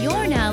You're now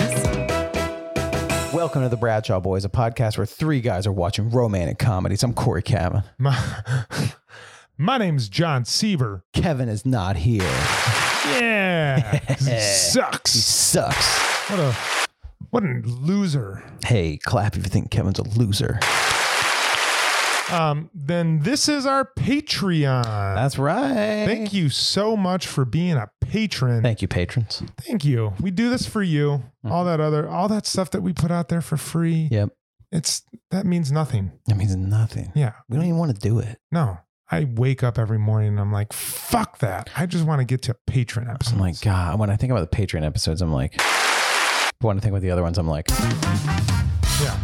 Welcome to the Bradshaw Boys, a podcast where three guys are watching romantic comedies. I'm Corey Kavin. My, my name's John Seaver. Kevin is not here. Yeah. 'cause he He sucks. sucks. What a what a loser. Hey, clap if you think Kevin's a loser. Um, then this is our Patreon. That's right. Thank you so much for being a patron. Thank you, Mm-hmm. patrons. Thank you. We do this for you. All that other all that stuff that we put out there for free. Yep. It's that means nothing. That means nothing. Yeah. We don't even want to do it. No. I wake up every morning and I'm like, fuck that. I just want to get to patron Oh episodes. my God. When I think about the Patreon episodes, I'm like, when I think about the other ones, I'm like, Yeah.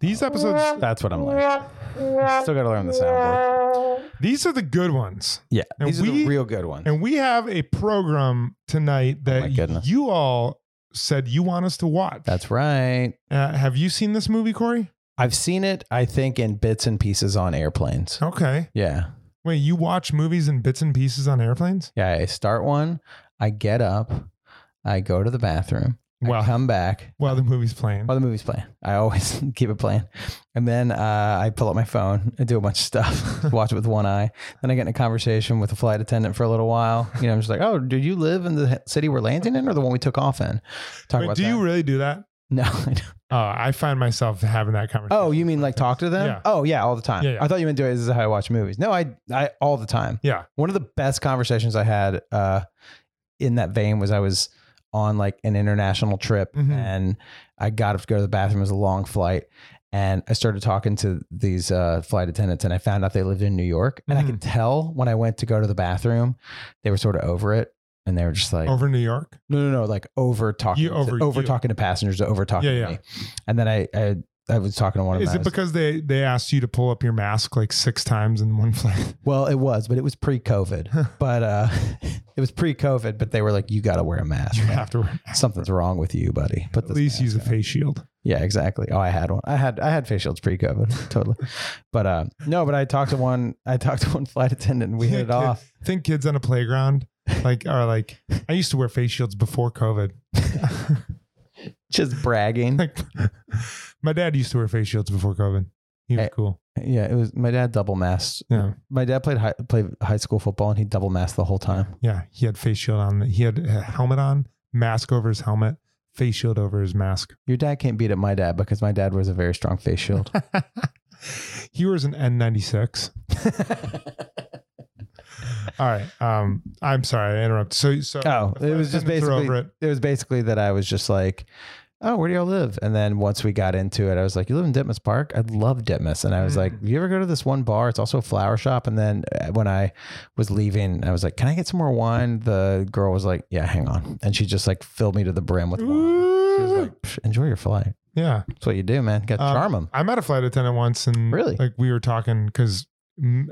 These episodes that's what I'm like. Still got to learn the soundboard. These are the good ones. Yeah. And These are the we- real good ones. And we have a program tonight Oh my that goodness. you all said you want us to watch. That's right. uh, have you seen this movie, Corey? I've seen it, I think, in bits and pieces on airplanes. Okay. Yeah. Wait, you watch movies in bits and pieces on airplanes? Yeah, I start one. I get up. I go to the bathroom. Wow. I come back. While the movie's playing. While the movie's playing, I always keep it playing. And then uh, I pull up my phone. I do a bunch of stuff. watch it with one eye. Then I get in a conversation with a flight attendant for a little while. You know, I'm just like, "Oh, do you live in the city we're landing in, or the one we took off in?" Talk Wait, about do that. you really do that? no. I don't. Uh, I find myself having that conversation. Oh, you mean like talk to them? Yeah. Oh, yeah, all the time. Yeah, yeah. I thought you meant do it. This is how I watch movies. No, I, I all the time. Yeah. One of the best conversations I had uh, in that vein was I was on like an international trip Mhm. and I got up to go to the bathroom. It was a long flight. And I started talking to these uh, flight attendants and I found out they lived in New York. And I could Mm-hmm. tell when I went to go to the bathroom, they were sort of over it. And they were just like, Over New York? no, no, no, like over talking, You- over over, you. talking to passengers, over talking Yeah, to yeah. me. And then I, I, I was talking to one of Is them. I it was- because they, they asked you to pull up your mask like six times in one flight? Well, it was, but it was pre-COVID. but uh, it was pre-COVID. But they were like, "You got to wear a mask. You man. have to wear a mask. Something's wrong with you, buddy. Put At this least mask use a on." face shield. Yeah, exactly. Oh, I had one. I had I had face shields pre-COVID, totally. But uh, no, but I talked to one. I talked to one flight attendant, and we hit it Yeah, kid- off. Think kids on a playground like are like I used to wear face shields before COVID. Just bragging. like my dad used to wear face shields before COVID. He was Hey. cool. Yeah, it was my dad double masked. Yeah, My dad played high, played high school football, and he double masked the whole time. yeah. He had face shield on. He had a helmet on, mask over his helmet, face shield over his mask. Your dad can't beat up my dad because my dad wears a very strong face shield. He wears an N96. All right. Um, I'm sorry I interrupted. So, so Oh, the it was just attendants are basically over it. it. was basically that I was just like, oh, where do y'all live? And then once we got into it, I was like, you live in Ditmas Park? I love Ditmas, and I was like, Mm. you ever go to this one bar? It's also a flower shop. And then uh, when I was leaving, I was like, can I get some more wine? The girl was like, yeah, hang on, and she just like filled me to the brim with wine. She was like, "Psh, enjoy your flight. Yeah. That's what you do, man. Got to Um, charm them. I met a flight attendant once, and Really? like we were talking because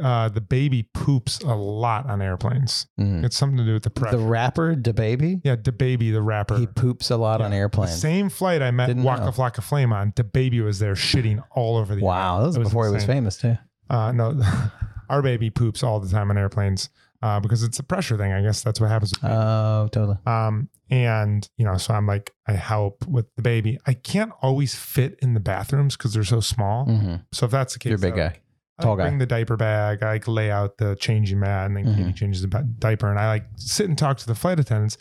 uh, the baby poops a lot on airplanes. Mm. It's something to do with the pressure. The rapper, the baby, yeah, the baby, the rapper. he poops a lot on the airplanes. same flight I met Didn't Waka know. Flocka Flame on. The baby was there shitting all over the. Wow, that was, It was before he was insane. famous too. Uh, no, our baby poops all the time on airplanes uh, because it's a pressure thing. I guess that's what happens. With Oh, totally. um, and you know, so I'm like, I help with the baby. I can't always fit in the bathrooms because they're so small. Mm-hmm. So if that's the case, You're a big I- guy. Tall like guy. bring the diaper bag. I like lay out the changing mat, and then Mm-hmm. Katie changes the ba- diaper, and I like sit and talk to the flight attendants.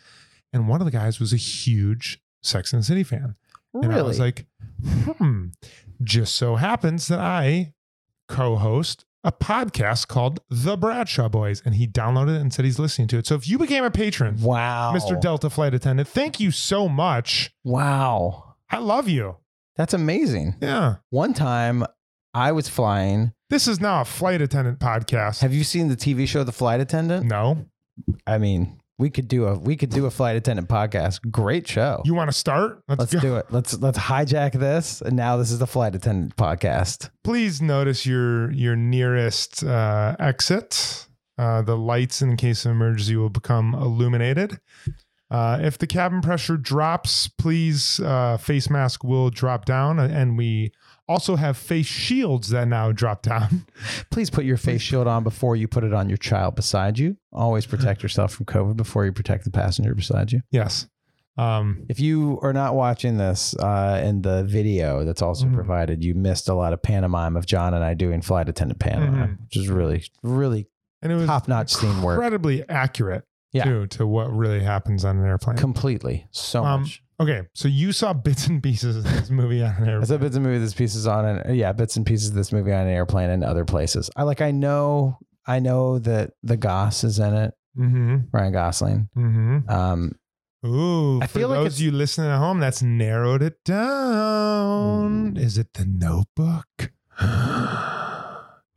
And one of the guys was a huge Sex and the City fan, and I was like, hmm. Just so happens that I co-host a podcast called The Bradshaw Boys, and he downloaded it and said he's listening to it. So if you became a patron, wow. Mr. Delta Flight Attendant, thank you so much. Wow. I love you. That's amazing. Yeah. One time I was flying. This is now a flight attendant podcast. Have you seen the TV show The Flight Attendant? no. I mean, we could do a we could do a flight attendant podcast. Great show. You want to start? let's do it. Let's let's hijack this. And now this is the flight attendant podcast. Please notice your your nearest uh, exit. Uh, the lights, in case of emergency, will become illuminated. Uh, if the cabin pressure drops, please uh, face mask will drop down, uh, and we also have face shields that now drop down. Please put your face shield on before you put it on your child beside you. Always protect yourself from COVID before you protect the passenger beside you. yes. Um, If you are not watching this uh, in the video that's also Mhm. provided, you missed a lot of pantomime of John and I doing flight attendant pantomime, Mm-hmm. which is really, really and it was top notch scene work. incredibly accurate Yeah. too to what really happens on an airplane. Completely. So Um, much. Okay, so you saw bits and pieces of this movie on an I airplane. saw bits and movie this pieces on an yeah, bits and pieces of this movie on an airplane and other places. I like I know I know that the Goss is in it, Mm-hmm. Ryan Gosling. Mm-hmm. Um Ooh, I for feel like those it's- you listening at home, that's narrowed it Mm. down. Is it The Notebook?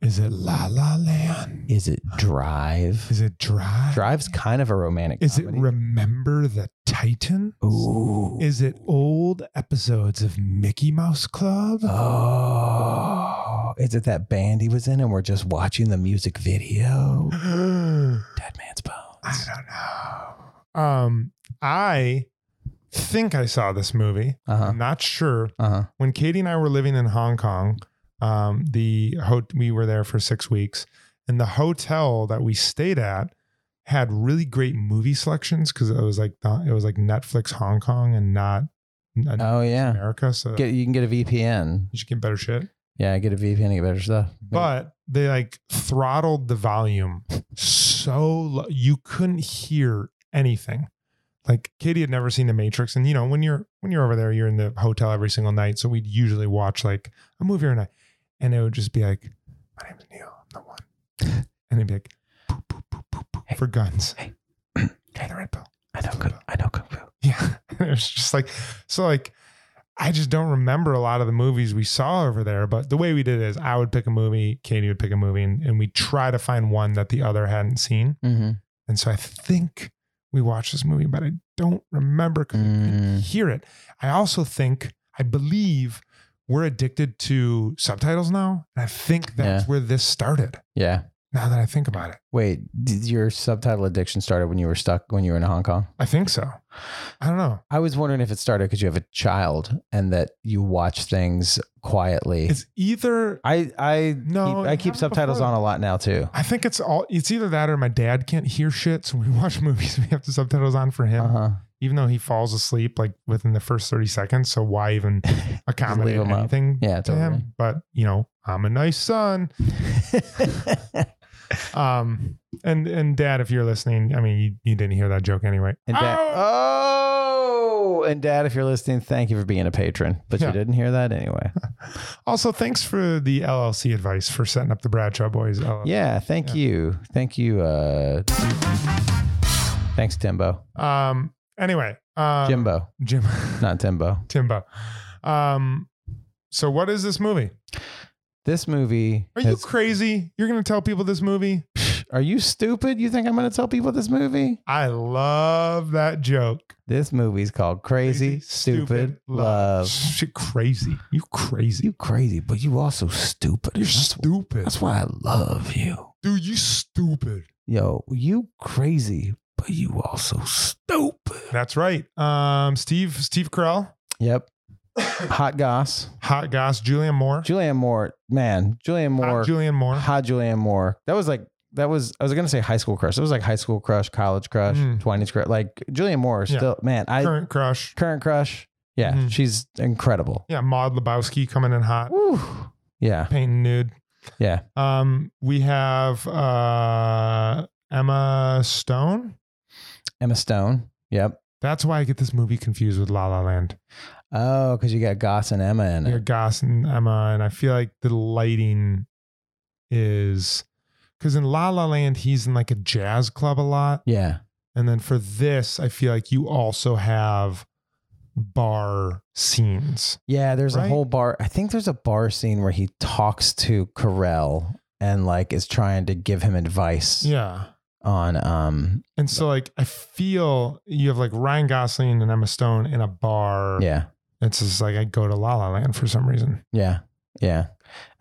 Is it La La Land? is it Drive? Is it Drive? Drive's kind of a romantic. Is it comedy. Remember the Titan? Ooh. Is it old episodes of Mickey Mouse Club? Oh, is it that band he was in and we're just watching the music video? I Dead Man's Bones. don't know. Um, I think I saw this movie. Uh huh. I'm not sure. Uh huh. when Katie and I were living in Hong Kong, um, the ho- we were there for six weeks, and the hotel that we stayed at had really great movie selections because it was like not, it was like Netflix Hong Kong and not uh, Oh yeah. America, so Get you can get a VPN. you should get better shit. Yeah, get a VPN to get better stuff. But they like throttled the volume so low, you couldn't hear anything. Like Katie had never seen The Matrix, and you know when you're when you're over there, you're in the hotel every single night. So we'd usually watch like a movie or a night, and it would just be like, "My name's Neil, I'm the one," and it'd be like, "Boop, boop, boop, boop, boop," Hey. "For guns, Hey. Hey, the red pill." I know kung, I know kung fu. Yeah. it was just like, so like, I just don't remember a lot of the movies we saw over there. But the way we did it is I would pick a movie, Katie would pick a movie, and, and we try to find one that the other hadn't seen. Mm-hmm. And so I think we watched this movie, but I don't remember because I couldn't hear it. I also think, I believe we're addicted to subtitles now. And I think that's Yeah. where this started. Yeah. Now that I think about it, Wait, did your subtitle addiction started when you were stuck when you were in Hong Kong? I think so. I don't know. I was wondering if it started because you have a child and that you watch things quietly. It's either I I No, keep, it I keep happened subtitles before. on a lot now too. I think it's all it's either that or my dad can't hear shit, so we watch movies we have the subtitles on for him. Uh huh. Even though he falls asleep like within the first 30 seconds, so why even accommodate him up. anything Yeah, to totally. him? But you know, I'm a nice son. Uh-huh. Um and and dad, if you're listening, I mean you, you didn't hear that joke anyway. Ah! and dad, oh! and dad, if you're listening, thank you for being a patron. But Yeah. you didn't hear that anyway. Also, thanks for the LLC advice for setting up the Bradshaw Boys LLC. Yeah, thank you, thank you. uh Thanks, Timbo, Um anyway, uh Jimbo, Jim not Timbo. Timbo. Um so what is this movie? This movie. Are you has- crazy? You're gonna tell people this movie? are you stupid? You think I'm going to tell people this movie? I love that joke. This movie's called Crazy, Stupid, Love. Shit, crazy. You crazy. You crazy, but you also stupid. You're That's- stupid. That's why I love you. Dude, you stupid. Yo, you crazy, but you also stupid. That's right. Um, Steve, Steve Carell, Yep. Hot goss. hot goss, Julian Moore. Julianne Moore, man. Julianne Moore. Hot Julian Moore. Hot Julianne Moore. That was like that was I was gonna say high school crush. It was like high school crush, college crush, Mm. twenties crush. Like Julianne Moore is Yeah. still man, I current, Current crush. crush. Yeah, Mhm. she's incredible. Yeah, Maud Lebowski coming in hot, Woo. Yeah. painting nude. Yeah. Um, we have uh, Emma Stone. Emma Stone. Yep. That's why I get this movie confused with La La Land. Oh, because you got Goss and Emma in You got it. Goss and Emma, and I feel like the lighting is because in La La Land he's in like a jazz club a lot, Yeah. and then for this I feel like you also have bar scenes. Yeah. There's a Right? whole bar. I think there's a bar scene where he talks to Carell and like is trying to give him advice Yeah. on um And so, like, I feel you have like Ryan Gosling and Emma Stone in a bar. yeah It's just like I go to La La Land for some reason. yeah yeah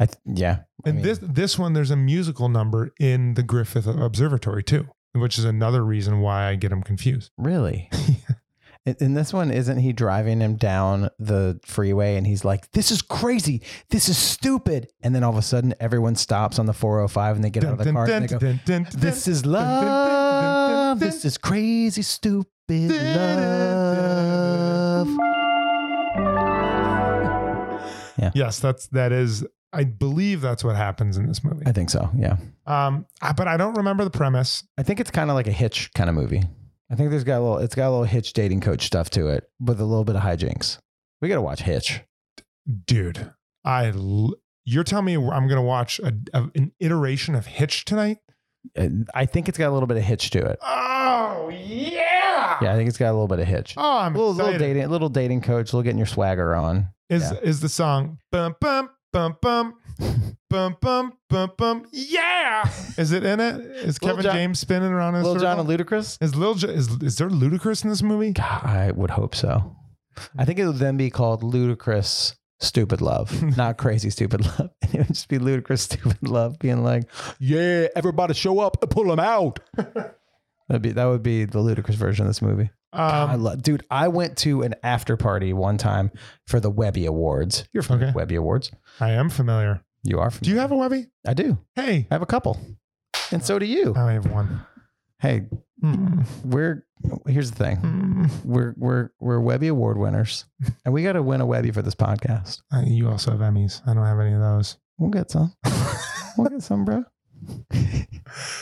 I th- yeah I And mean, this this one, there's a musical number in the Griffith Observatory too, which is another reason why I get them confused. really In- in this one isn't he driving him down the freeway and he's like this is crazy this is stupid and then all of a sudden everyone stops on the 405 and they get out of the car and they go This is love. This is crazy, stupid love. Yes, that's that is. I believe that's what happens in this movie. I think so. Yeah. Um, I- but I don't remember the premise. I think it's kind of like a hitch kind of movie. I think there's got a little, it's got a little hitch dating coach stuff to it with a little bit of hijinks. We got to watch Hitch. dude i l- you're telling me i'm gonna watch a, a- an iteration of hitch tonight Uh, I think it's got a little bit of hitch to it. oh yeah, Yeah. I think it's got a little bit of hitch. oh i'm little, little excited dating, little dating coach, little getting your swagger on. is is the song bum bum bum bum bum bum bum bum yeah is it in it is Lil kevin Jon- james spinning around in a Little John circle and Ludacris. is Lil J- is, is there ludicrous in this movie God, I would hope so. I think it would then be called Ludicrous Stupid Love, not Crazy Stupid Love. And it would just be Ludicrous Stupid Love being like, yeah, everybody show up and pull them out. That'd be, that would be the ludicrous version of this movie. I um, love, dude. I went to an after party one time for the Webby Awards. You're familiar Okay. with Webby Awards. i am familiar You are. do Familiar. you have a webby I do. hey I have a couple, and so do you. i only have one Hey, Mm, we're here's the thing. mm. We're we're we're Webby Award winners, and we got to win a Webby for this podcast. Uh, you also have emmys i don't have any of those We'll get some. we'll get some, bro.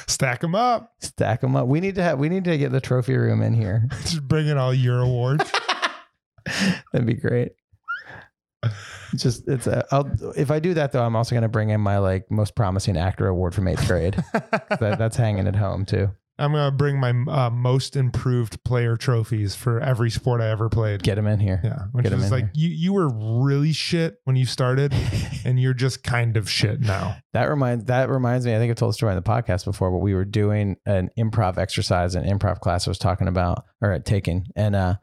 stack them up Stack them up. We need to have. We need to get the trophy room in here. Just bring in all your awards. That'd be great. It's Just it's a, I'll, if I do that though, I'm also gonna bring in my like most promising actor award from eighth grade. that, that's hanging at home too. I'm gonna bring my uh, most improved player trophies for every sport I ever played. Get him in here. yeah, which get 'em is in like here. you you were really shit when you started, and you're just kind of shit now. That reminds that reminds me. I think I've told the story on the podcast before, but we were doing an improv exercise, an improv class I was talking about or had taken, and uh,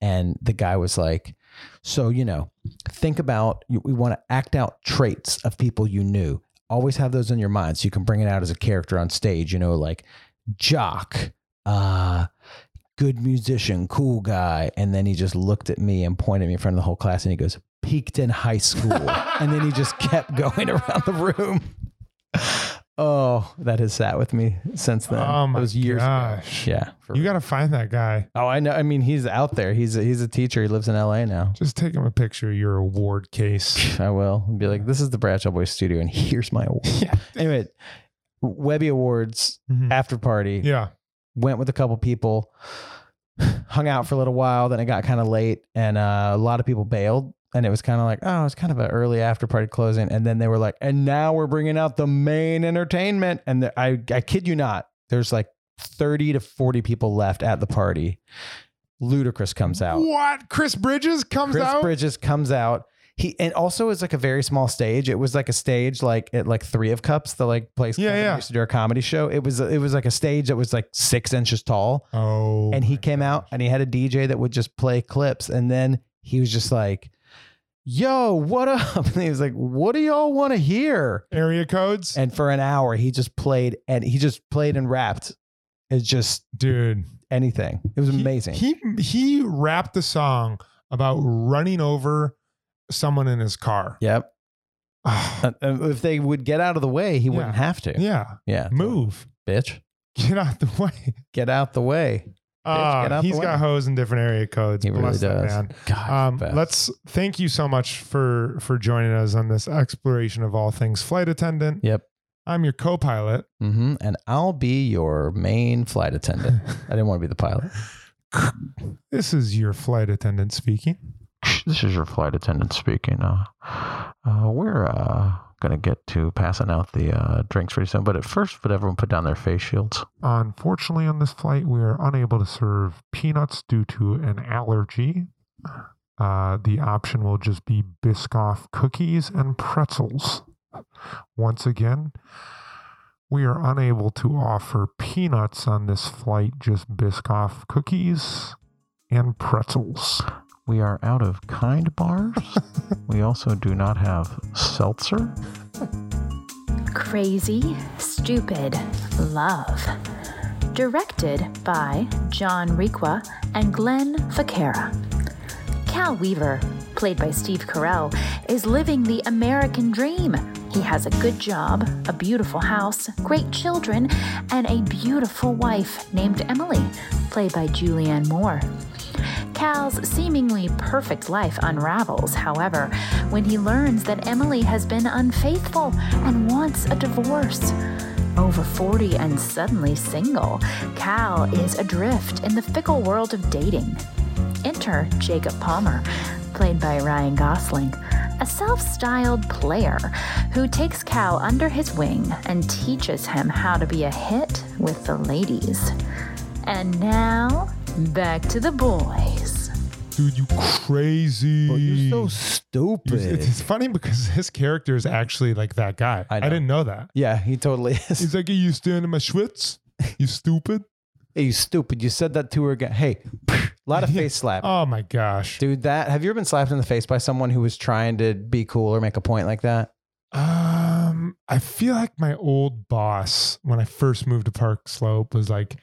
and the guy was like, "So you know, think about you- we want to act out traits of people you knew. Always have those in your mind, so you can bring it out as a character on stage. You know, like jock, uh, good musician, cool guy." And then he just looked at me and pointed me in front of the whole class, and he goes, "Peaked in high school," and then he just kept going around the room. Oh, that has sat with me since then. oh my it was years. gosh, Yeah, for you gotta find that guy. Oh, I know. I mean, he's out there. He's a, he's a teacher. He lives in L.A. now. Just take him a picture of your award case. I will and be like, this is the Bradshaw Boys studio, and here's my award. Yeah. Anyway, Webby Awards Mhm. after party. Yeah, Went with a couple people, hung out for a little while. Then it got kind of late, and uh, a lot of people bailed. And it was kind of like, oh, it's kind of an early after party closing. And then they were like, and now we're bringing out the main entertainment. And the, I, I kid you not, there's like 30 to 40 people left at the party. Ludacris comes out. What? Chris Bridges comes Chris out. Bridges comes out. He and also is like a very small stage. It was like a stage like at like Three of Cups, the like place Yeah, Kevin yeah. used to do a comedy show. It was it was like a stage that was like six inches tall, oh, and he my came out and he had a DJ that would just play clips, and then he was just like, "Yo, what up?" And he was like, "What do y'all want to hear?" area codes, And for an hour, he just played and he just played and rapped. It's just dude. anything. It was He- amazing. He he rapped the song about running over someone in his car. yep. Ah, And- and if they would get out of the way, he wouldn't Yeah. have to. yeah. Yeah. Move. bitch. Get out the way. Get out the way. get Uh, out the he's way. got hoes in different area codes. He really Bless that does. man. God, Um, Beth. let's thank you so much for for joining us on this exploration of all things flight attendant. Yep. I'm your co-pilot. hmm And I'll be your main flight attendant. I didn't want to be the pilot. This is your flight attendant speaking. This is your flight attendant speaking. Uh, uh, we're uh, going to get to passing out the uh, drinks pretty soon. But at first, would everyone put down their face shields? Unfortunately, on this flight, we are unable to serve peanuts due to an allergy. Uh, the option will just be Biscoff cookies and pretzels. Once again, we are unable to offer peanuts on this flight, just Biscoff cookies and pretzels. We are out of kind bars. we also do not have seltzer. Crazy, Stupid, Love. Directed by John Requa and Glenn Ficarra. Cal Weaver, played by Steve Carell, is living the American dream. He has a good job, a beautiful house, great children, and a beautiful wife named Emily, played by Julianne Moore. Cal's seemingly perfect life unravels, however, when he learns that Emily has been unfaithful and wants a divorce. Over 40 and suddenly single, Cal is adrift in the fickle world of dating. Enter Jacob Palmer, played by Ryan Gosling, a self styled player who takes Cal under his wing and teaches him how to be a hit with the ladies. And now, back to the boys. Dude, you crazy. stupid. it's funny because his character is actually like that guy. I I, know. didn't know that. Yeah, he totally is. He's like, you standing in my schwitz? You stupid? Hey, you stupid. You said that to her again. Hey, a lot of face slap. Oh my gosh. Dude, that have you ever been slapped in the face by someone who was trying to be cool or make a point like that? Um, I feel like my old boss when I first moved to Park Slope was like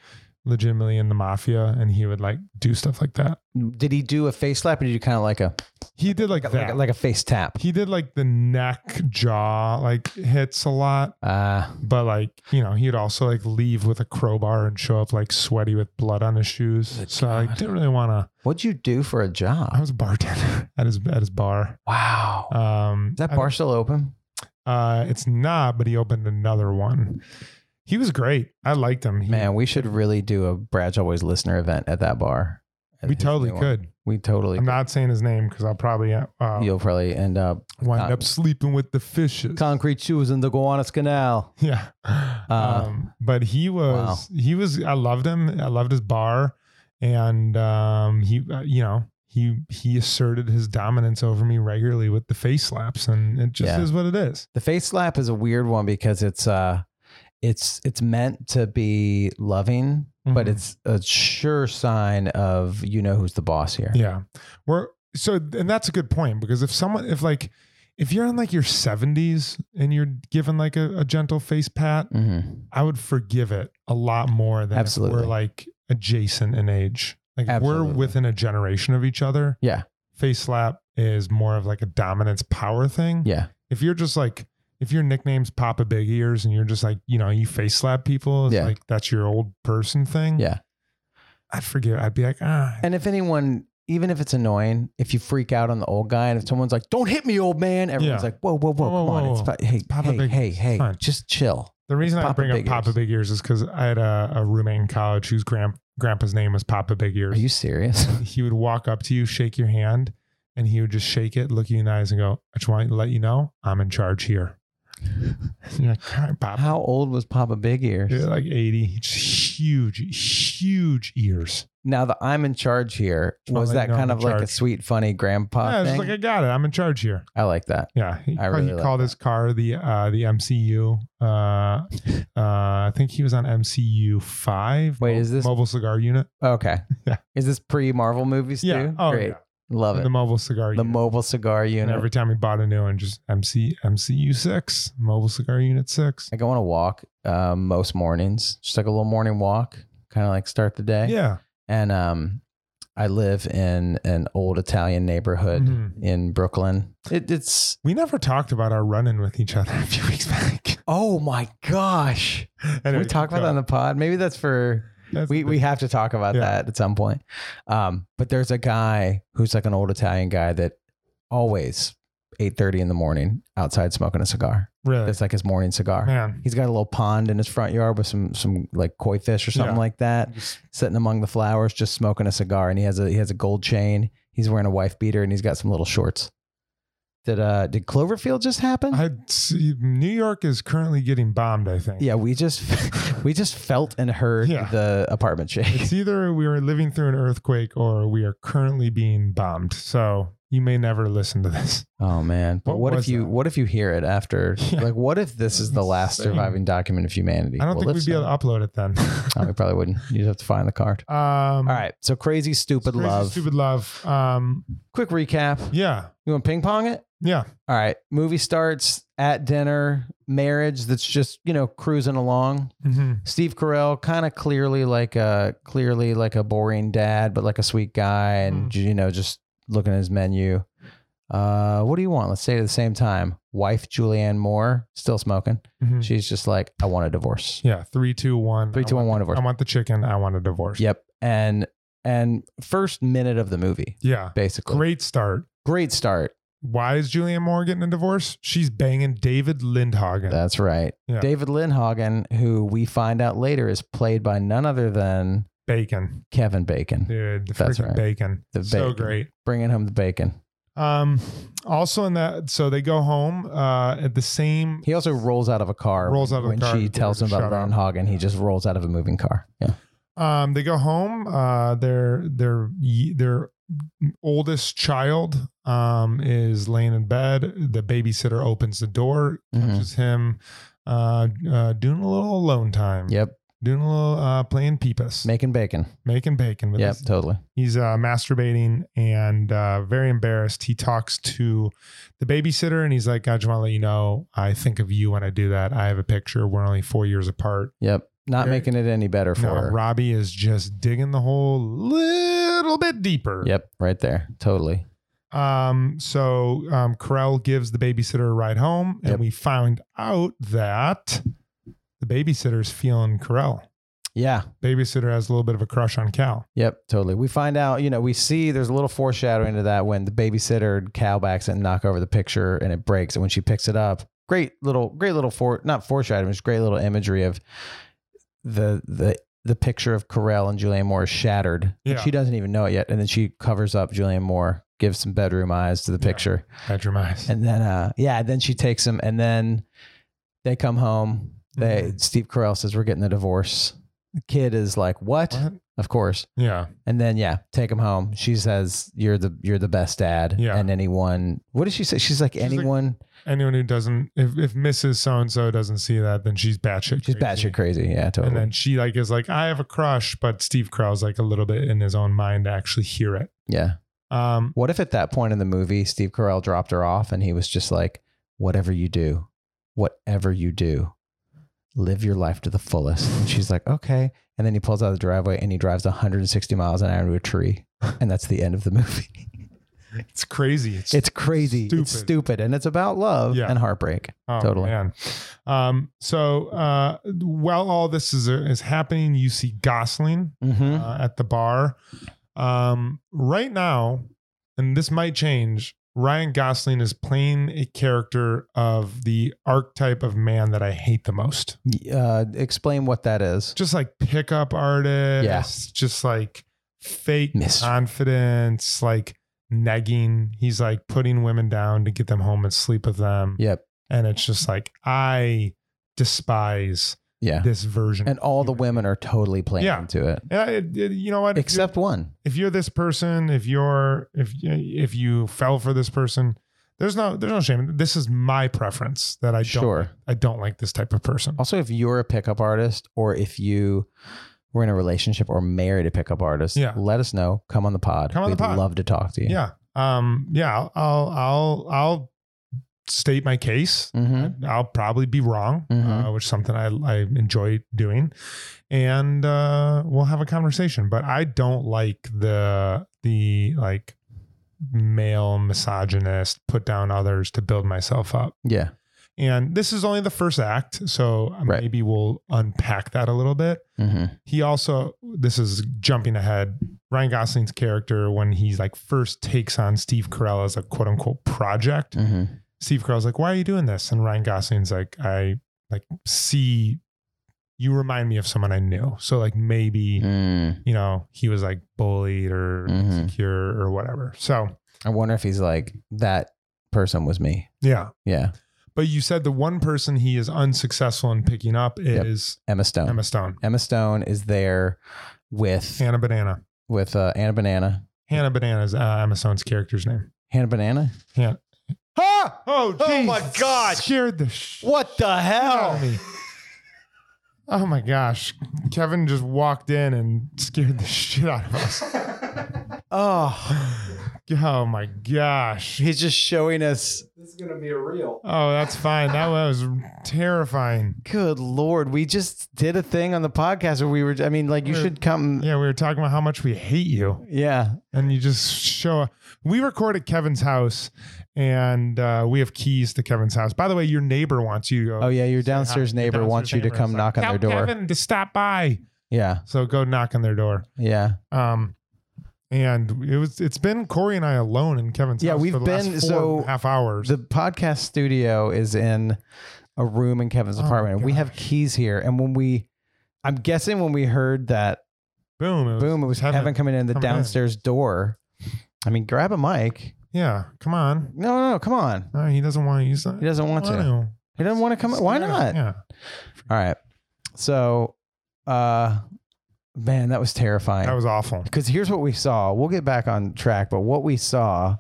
legitimately in the mafia, and he would like do stuff like that. Did he do a face slap or did you kind of like a He did like, like, that. a, like a face tap? he did like the neck jaw like hits a lot, Uh, but like you know he'd also like leave with a crowbar and show up like sweaty with blood on his shoes. Good so I like, God. didn't really want to. what'd you do for a I job? was a bartender at his at his bar. Wow. Um, Is that I- bar still open? Uh, it's not, but he opened another one. He was great. I liked him. He- Man, we should really do a Brad's Always listener event at that bar. At we his totally new one. could. We totally I'm not saying his name because I'll probably uh, could. You'll probably end up wind con- up sleeping with the fishes. concrete shoes in the Gowanus Canal. yeah. Uh, um, but he was, he was, I loved him. I loved his bar. And um, he, uh, you know, he, he asserted his dominance over me regularly with the face slaps. And it just Yeah. is what it is. The face slap is a weird one because it's uh it's it's meant to be loving, but Mhm. it's a sure sign of you know who's the boss here. Yeah. We're, so, and that's a good point because if someone, if like, if you're in like your 70s and you're given like a, a gentle face pat, Mhm. I would forgive it a lot more than Absolutely. if we're like adjacent in age. Like if Absolutely. we're within a generation of each other. Yeah. Face slap is more of like a dominance power thing. Yeah. If you're just like if your nickname's Papa Big Ears and you're just like, you know, you face slap people, it's Yeah. like that's your old person thing. Yeah. I'd forgive I'd be like, ah And if anyone, even if it's annoying, if you freak out on the old guy and if someone's like, don't hit me, old man, everyone's Yeah. like, whoa, whoa, whoa, Whoa, whoa, come on. whoa, It's whoa. fi- hey, Papa hey, Big- hey, it's hey, fine. just chill. the reason I Papa bring up Big Papa Ears. Big Ears is because I had a, a roommate in college whose grand, grandpa's name was Papa Big Ears. Are you serious? he would walk up to you, shake your hand, and he would just shake it, look you in the eyes, and go, "I just want to let you know I'm in charge here." And you're like, "God, Pop." How old was Papa Big Ears? You're like 80, just huge, huge ears. Now the I'm in charge here, Well, was I that know kind I'm of in like a charge. sweet, funny grandpa yeah, it's thing? just like I got it. I'm in charge here. I like that. Yeah, he, I ca- really he like called that. his car the uh, the MCU. Uh, uh, I think he was on MCU five. Wait, mo- is this- mobile cigar unit? Okay. Yeah. Is this pre Marvel movies Yeah. too? Oh, Great. yeah. Love it. The mobile cigar The unit. mobile cigar unit. And every time he bought a new one, just MC MCU six, mobile cigar unit six. I go on a walk uh, most mornings, just like a little morning walk, kind of like start the day. Yeah. and um i live in an old italian neighborhood Mhm. in brooklyn it, it's We never talked about our run in with each other a few weeks back. oh my gosh Can Anyway, we talk about that on the pod maybe that's for That's we, the we have to talk about Yeah. that at some point. Um, but there's a guy who's like an old Italian guy that always 8.30 in the morning outside smoking a cigar. really That's like his morning cigar. man. He's got a little pond in his front yard with some some like koi fish or something Yeah. like that, Just- sitting among the flowers, just smoking a cigar. And he has a he has a gold chain. He's wearing a wife beater and he's got some little shorts. Did uh did Cloverfield just happen? I see New York is currently getting bombed. I think. yeah, we just we just felt and heard Yeah. the apartment shake. It's either we are living through an earthquake or we are currently being bombed. So you may never listen to this. Oh man! But What what, if was you that? what if you hear it after? Yeah. Like, what if this is the last Insane. surviving document of humanity? I don't Well, think let's we'd be able to upload it then. see. Oh, we probably wouldn't. You'd have to find the card. um, All right. So crazy, stupid Crazy love. Stupid love. Um, Quick recap. yeah. You want ping pong it? Yeah. All right. Movie starts at dinner. Marriage that's just you know cruising along. hmm Steve Carell kind of clearly like a clearly like a boring dad, but like a sweet guy, and Mm. you know just looking at his menu. Uh, what do you want? Let's say it at the same time. Wife Julianne Moore still smoking. hmm She's just like, I want a divorce. Yeah. Three, two, one. Mm-hmm. Three, two, I one, one want, divorce. I want the chicken. I want a divorce. Yep. And and first minute of the movie, Yeah. basically. Great, Great start. start. Why is Julianne Moore getting a divorce? She's banging David Lindhagen. That's right. Yeah. David Lindhagen, who we find out later is played by none other than bacon. Kevin Bacon, Dude, the That's freaking right. bacon. The So bacon. great. bringing him the bacon. Um, also in that, so they go home uh, at the same. He also rolls out of a car. Rolls when- out of a when car she to tells him get her about to Lindhagen. He just rolls out of a moving car. Yeah. Um, they go home. Uh, their their y- their oldest child um is laying in bed. The babysitter opens the door, Mhm. catches him. Uh, uh, doing a little alone time. Yep. Doing a little uh, playing peepus, Making bacon. making bacon. With Yep. his- Totally. he's uh, masturbating and uh, very embarrassed. He talks to the babysitter and he's like, "I just want to let you know, I think of you when I do that. I have a picture. We're only four years apart." Yep. Not Very- making it any better for No, her. Robbie is just digging the hole little bit deeper. Yep. Right there. Totally. Um, so um, Carell gives the babysitter a ride home, and Yep. we find out that the babysitter's feeling Carell. Yeah. Babysitter has a little bit of a crush on Cal. Yep, totally. We find out, you know, we see there's a little foreshadowing to that when the babysitter cow backs and knock over the picture and it breaks. And when she picks it up, great little, great little for not foreshadowing, just great little imagery of the the the picture of Carell and Julianne Moore is shattered. Yeah. And she doesn't even know it yet. And then she covers up Julianne Moore, gives some bedroom eyes to the Yeah. picture. Bedroom eyes. And then uh yeah, then she takes him and then they come home. They Mhm. Steve Carell says, We're getting a divorce. The kid is like, what? What? Of course. Yeah. And then yeah, take him home. She says you're the you're the best dad. Yeah. And anyone, what does she say? She's like She's like- anyone. Anyone who doesn't, if, if Mrs. So and so doesn't see that, then she's batshit. she's crazy. batshit crazy. Yeah, totally. And then she like is like, I have a crush, but Steve Carell's like a little bit in his own mind to actually hear it. yeah. Um, What if at that point in the movie, Steve Carell dropped her off, and he was just like, "Whatever you do, whatever you do, live your life to the fullest." And she's like, "Okay." And then he pulls out of the driveway and he drives 160 miles an hour into a tree, and that's the end of the movie. it's crazy. It's It's crazy. It's Stupid. stupid, and it's about love Yeah. and heartbreak. Oh, Totally. Man. Um, so uh, while all this is uh, is happening, you see Gosling Mm-hmm. uh, at the bar. Um, right now, and this might change. Ryan Gosling is playing a character of the archetype of man that I hate the most. Uh, explain what that is. Just like pickup artist, just like fake Mister. confidence, like negging. He's like putting women down to get them home and sleep with them Yep. and it's just like I despise Yeah. this version. And all the women. women are totally playing Yeah. into it, you know what? If you're- except one. if you're this person, if you're if if you fell for this person, there's no there's no shame. This is my preference that I don't Sure. I don't like this type of person. Also, if you're a pickup artist or if you were in a relationship or married a pickup artist, Yeah. let us know. Come on the pod. Come on the We'd pod. love to talk to you. Yeah. Um. Yeah. I'll I'll I'll, I'll state my case. hmm I'll probably be wrong, Mhm. uh, which is something I, I enjoy doing, and uh, we'll have a conversation. But I don't like the the like male misogynist put down others to build myself up, Yeah. And this is only the first act, so Right. maybe we'll unpack that a little bit. Mhm. He also, this is jumping ahead. Ryan Gosling's character, when he's like first takes on Steve Carell as a quote unquote project, Mhm. Steve Carell's like, "Why are you doing this?" And Ryan Gosling's like, "I like see you remind me of someone I knew, so like maybe Mm. you know he was like bullied or Mhm. insecure or whatever." So I wonder if he's like that person was me. yeah, Yeah, but you said the one person he is unsuccessful in picking up Yep. Uh. is Emma Stone. Emma Stone, Emma Stone is there with Hannah Banana. with uh, Anna Banana. Hannah Banana is uh, Emma Stone's character's name. Hannah Banana. Yeah. Ah! Oh, Oh geez. my God. Scared the shit What the out hell? of me. Oh my gosh. Kevin just walked in and scared the shit out of us. Oh, Oh my gosh. he's just showing us. Oh, that's fine. That was terrifying. Good lord, we just did a thing on the podcast where we were. I mean, like you We're- should come. Yeah, we were talking about how much we hate you. Yeah, And you just show up. We record at Kevin's house and uh, we have keys to Kevin's house. By the way, your neighbor wants you to go. Oh yeah, your downstairs neighbor wants you to come knock on their door. Kevin to stop by. Yeah, So go knock on their door. yeah, Um, and it was it's been Corey and I alone in Kevin's Yeah, house we've for the last been- four so and a half hours. The podcast studio is in a room in Kevin's Oh my apartment. and we have keys here, and when we, I'm guessing when we heard that boom, it was- boom, it was Kevin, coming in the coming in. downstairs door. I mean, grab a mic. Yeah, come on. No, no, no, come on. No, he doesn't want to use that. He doesn't want to. He doesn't want to come. Why not? Yeah. All right. So, uh, man, that was terrifying. That was awful. because here's what we saw. We'll get back on track, but what we saw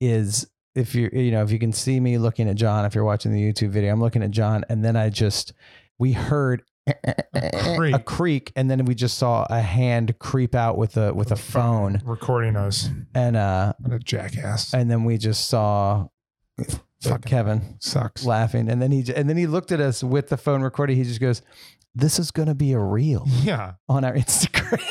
is if you you know if you can see me looking at John, if you're watching the YouTube video, I'm looking at John, and then I just we heard Eh, a creak, creak. and then we just saw a hand creep out with a with a phone, Recording us. and uh What a jackass. and then we just saw Fucking Kevin sucks. laughing, and then he j- and then he looked at us with the phone recording. He just goes, "This is gonna be a reel Yeah. on our Instagram."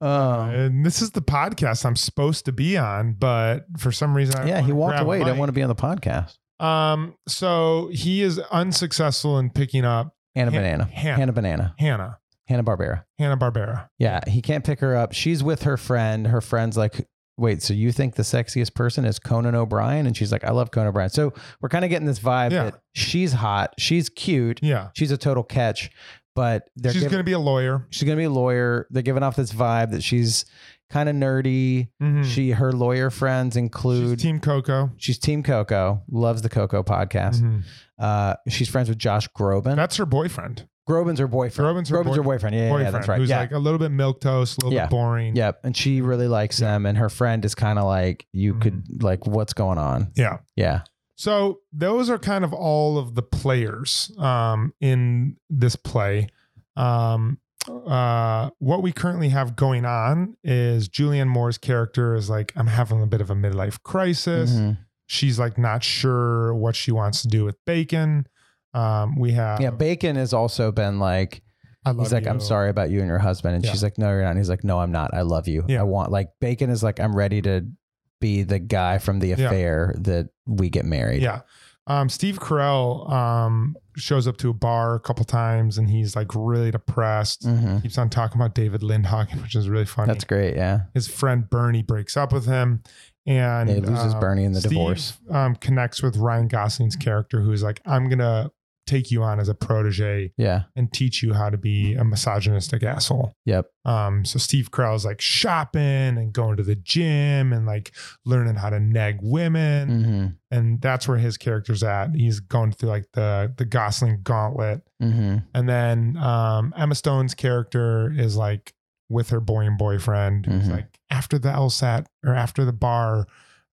um, And this is the podcast I'm supposed to be on, but for some reason I yeah, wanna he walked grab away. a He didn't mic. want to be on the podcast. Um, so he is unsuccessful in picking up Hannah Han- Banana. Hannah. Hannah Banana. Hannah, Hannah Barbera. Hannah Barbera. Yeah, he can't pick her up. She's with her friend. Her friend's like, wait, so you think the sexiest person is Conan O'Brien? And she's like, I love Conan O'Brien. So we're kind of getting this vibe Yeah. that she's hot, she's cute, Yeah. she's a total catch, but they're She's giving- going to be a lawyer. she's gonna be a lawyer. They're giving off this vibe that she's kind of nerdy. Mhm. She her lawyer friends She's include Team Coco. Mm-hmm. she's Team Coco, loves the Coco podcast. Mhm. Uh, she's friends with Josh Groban. That's her boyfriend. Groban's her boyfriend. Groban's her boy- boyfriend. Yeah, yeah, boyfriend, yeah, that's right. Who's yeah. like a little bit milk toast, a little Yeah. bit boring. Yep. And she really likes him. And her friend is kind of like, you Mhm. could, like, what's going on? Yeah. Yeah. So those are kind of all of the players um, in this play. Um, uh, what we currently have going on is Julianne Moore's character is like, I'm having a bit of a midlife crisis. Mhm. She's like not sure what she wants to do with bacon. Um, we have Yeah. Bacon has also been like, I love he's like, I'm you. sorry about you and your husband. And Yeah. she's like, no, you're not. And he's like, no, I'm not. I love you. Yeah. I want, like, Bacon is like, I'm ready to be the guy from the Yeah. affair that we get married. Yeah. Um, Steve Carell um, shows up to a bar a couple times and he's like really depressed. hmm Keeps on talking about David Lindhagen, which is really funny. That's great. Yeah. His friend Bernie breaks up with him and He loses um, Bernie in the Steve, divorce. Um, connects with Ryan Gosling's character, who's like, I'm going to take you on as a protege Yeah. and teach you how to be a misogynistic asshole. Yep. Um, so Steve Carell's like shopping and going to the gym and like learning how to nag women hmm and that's where his character's at. He's going through like the the Gosling gauntlet, hmm and then um, Emma Stone's character is like with her boy and boyfriend. who's Mhm. like after the LSAT or after the bar,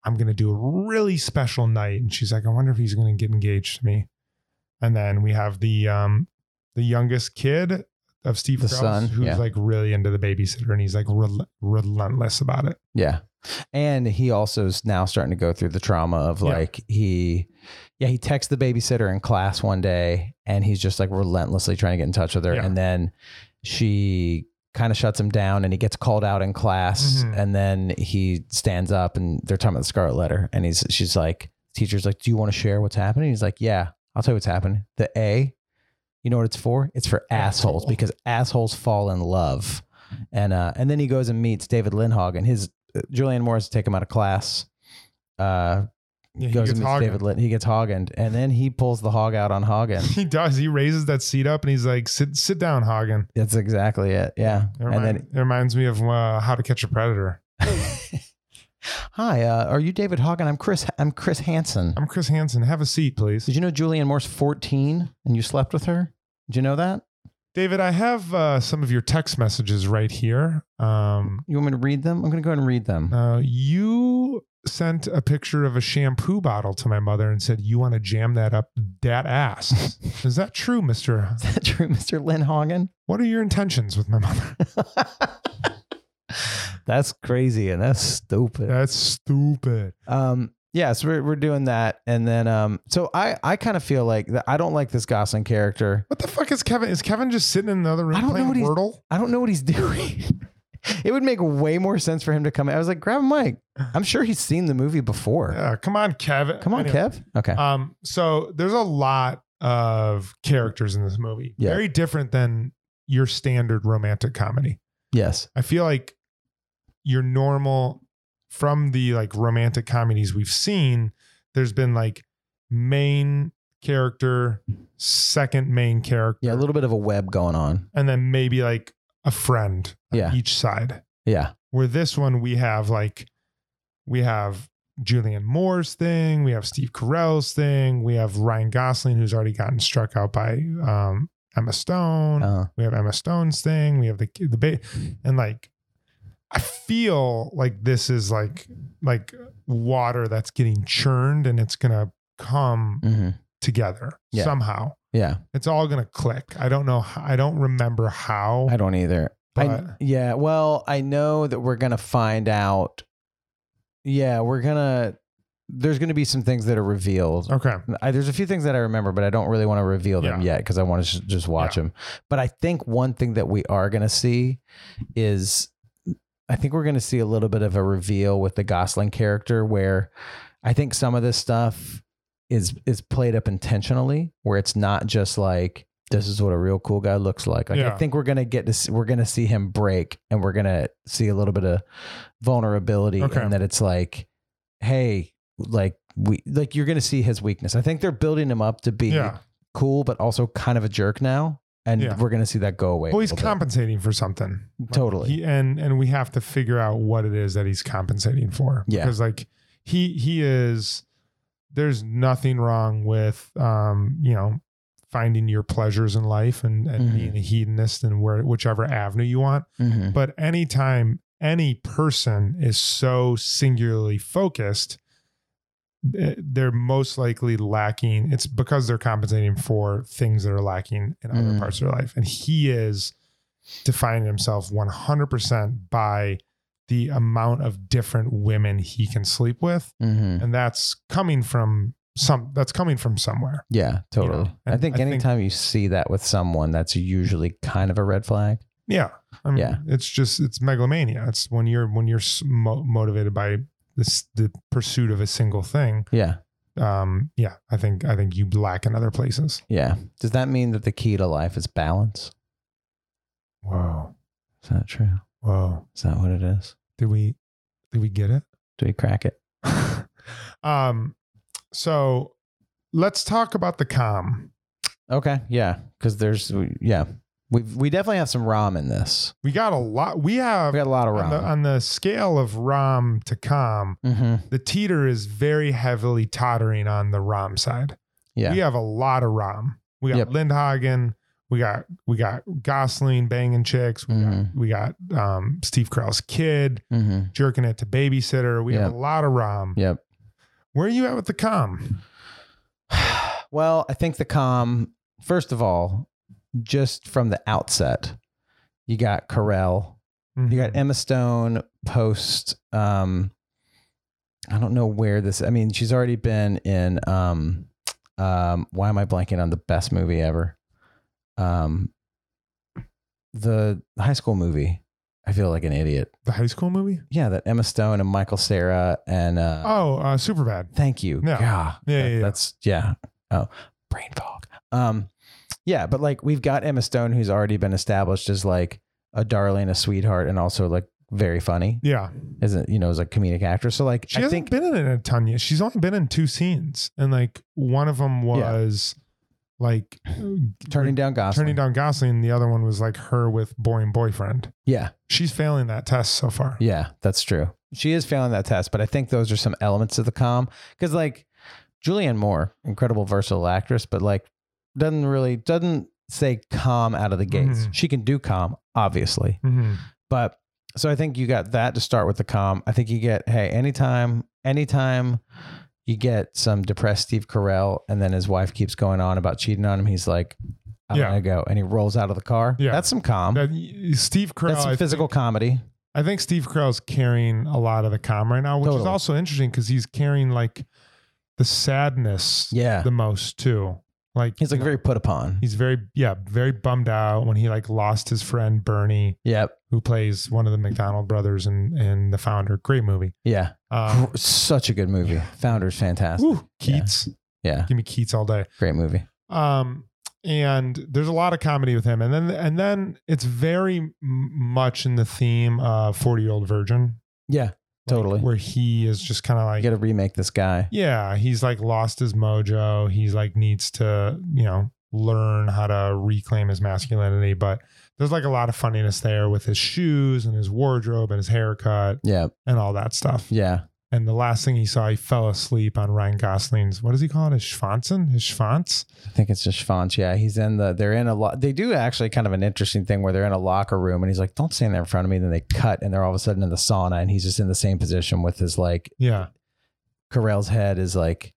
I'm gonna do a really special night, and she's like, I wonder if he's gonna get engaged to me. And then we have the um, the youngest kid of Steve The Carell's, son, who's yeah. like really into the babysitter, and he's like rel- relentless about it. Yeah. And he also is now starting to go through the trauma of Yeah. like he yeah, he texts the babysitter in class one day and he's just like relentlessly trying to get in touch with her. Yeah. And then she kind of shuts him down and he gets called out in class Mhm. and then he stands up and they're talking about the scarlet letter and he's she's like teacher's like, Do you want to share what's happening? He's like, Yeah, I'll tell you what's happening. The A, you know what it's for? It's for assholes because assholes fall in love. And uh, and then he goes and meets David Lindhog and his Julian Morris to take him out of class. Uh, Yeah, goes gets and meets hogged. David Lind. He gets Hagen, and then he pulls the hog out on Hagen. He does. He raises that seat up and he's like, "Sit, sit down, Hagen." That's exactly it. Yeah. It, and remind, then, it reminds me of uh, How to Catch a Predator. hi, uh, are you David Hagen? I'm Chris. I'm Chris Hansen. I'm Chris Hansen. Have a seat, please. Did you know Julianne Moore's 14 and you slept with her? Did you know that? David, I have uh, some of your text messages right here. Um, You want me to read them? I'm going to go ahead and read them. uh, you sent a picture of a shampoo bottle to my mother and said, "You want to jam that up that ass?" Is that true, Mister? Is that true, Mr. Lynn Hagen? What are your intentions with my mother? That's crazy and that's stupid. That's stupid. Um, yeah, so we're, we're doing that. And then, um, so I, I kind of feel like that I don't like this Gosling character. What the fuck is Kevin? Is Kevin just sitting in another room I don't know playing what he's- Wordle? I don't know what he's doing. it would make way more sense for him to come. I was like, grab a mic. I'm sure he's seen the movie before. Yeah, come on, Kevin. Come on, Anyway. Kev. Okay. Um, so there's a lot of characters in this movie. Yeah. Very different than your standard romantic comedy. yes. I feel like your normal from the like romantic comedies we've seen, there's been like main character, second main character, Yeah, a little bit of a web going on. and then maybe like a friend on Yeah. each side. Yeah. Where this one we have like we have Julian Moore's thing, we have Steve Carell's thing, we have Ryan Gosling who's already gotten struck out by um, Emma Stone. Uh, we have Emma Stone's thing. We have the the ba- and like I feel like this is like like water that's getting churned and it's gonna come hmm together Yeah. somehow. Yeah. It's all gonna click. I don't know. h- I don't remember how. I don't either. I, But- yeah. Well, I know that we're going to find out. Yeah, we're going to, there's going to be some things that are revealed. okay. I, there's a few things that I remember, but I don't really want to reveal them yet because I want to just watch them. But I think one thing that we are going to see is I think we're going to see a little bit of a reveal with the Gosling character where I think some of this stuff is is played up intentionally where it's not just like this is what a real cool guy looks like. Like Yeah. I think we're going to get to see, we're going to see him break and we're going to see a little bit of vulnerability Okay. and that it's like hey, like we like you're gonna see his weakness. I think they're building him up to be Yeah. cool, but also kind of a jerk now, and Yeah. we're gonna see that go away. Well, a he's little bit. compensating for something. Totally. He, and and we have to figure out what it is that he's compensating for. Yeah. Because like he he is there's nothing wrong with um, you know, finding your pleasures in life and, and Mhm. being a hedonist and where whichever avenue you want. Mhm. But anytime any person is so singularly focused, th- they're most likely lacking. It's because they're compensating for things that are lacking in other Mm. parts of their life. And he is defining himself 100% by the amount of different women he can sleep with. Mhm. And that's coming from some, that's coming from somewhere. Yeah, totally. I and think I think- anytime you see that with someone, that's usually kind of a red flag. Yeah. I mean, Yeah. it's just, it's megalomania. It's when you're, when you're s- mo- motivated by this, the pursuit of a single thing. Yeah, Um, yeah, I think, I think you lack in other places. yeah. Does that mean that the key to life is balance? Whoa. Is that true? Whoa. Is that what it is? Did we, did we get it? Do we crack it? um, so let's talk about the com. Okay, yeah, because there's yeah, we we definitely have some rom in this. We got a lot. We have We got a lot of on, the, rom. on the scale of rom to com, hmm the teeter is very heavily tottering on the rom side. Yeah, We have a lot of rom. We got Yep. Lindhagen. We got we got Gosling banging chicks. We Mhm. got we got um, Steve Carell's kid hmm jerking it to babysitter. We have Yep. a lot of rom. yep. Where are you at with the com? Well, I think the com, first of all, just from the outset, you got Carell, you Mm-hmm. got Emma Stone post. Um, I don't know where this. I mean, she's already been in. Um, um, why am I blanking on the best movie ever? Um, the high school movie. I feel like an idiot. The high school movie? Yeah, that Emma Stone and Michael Sarah and uh, Oh, uh, super bad. thank you. Yeah. Gah. Yeah, That- yeah, yeah. That's yeah. Oh, brain fog. Um, yeah, but like we've got Emma Stone, who's already been established as like a darling, a sweetheart, and also like very funny, Yeah. isn't you know, as a comedic actress. So like, She I think hasn't been in a ton yet. She's only been in two scenes, and like one of them was like turning down gossip, turning down Gosling, and the other one was like her with boring boyfriend. Yeah, She's failing that test so far. yeah, that's true. She is failing that test, but I think those are some elements of the calm because like Julianne Moore, incredible versatile actress, but like doesn't really doesn't say calm out of the gates. Mhm. She can do calm, obviously, Mhm. But so I think you got that to start with the calm. I think you get, hey, anytime, anytime you get some depressed Steve Carell and then his wife keeps going on about cheating on him, he's like, I'm Yeah. gonna go. And he rolls out of the car. Yeah. That's some calm. That- Steve Carell, That's I some physical think- comedy. I think Steve Carell's carrying a lot of the calm right now, which is Totally. also interesting because he's carrying like the sadness Yeah. the most too. Like He's like you know, very put upon. he's very yeah very bummed out when he like lost his friend Bernie, Yep. who plays one of the McDonald brothers and and the founder. Great movie. Yeah. Um, Such a good movie. Founder's fantastic. woo, Keats, Yeah. give me Keats all day. Great movie. um and there's a lot of comedy with him and then and then it's very m- much in the theme of 40 year old virgin Yeah. Totally. where he is just kind of You like gotta remake this guy. yeah he's like lost his mojo he's like needs to you know learn how to reclaim his masculinity but there's like a lot of funniness there with his shoes and his wardrobe and his haircut Yeah. and all that stuff Yeah. and the last thing he saw he fell asleep on ryan gosling's what does he call it his schwanzen his schwanz I think it's just Fonch. Yeah, he's in the. They're in a lot. They do actually kind of an interesting thing where they're in a locker room and he's like, "Don't stand there in front of me." Then they cut and they're all of a sudden in the sauna and he's just in the same position with his like yeah Carell's head is like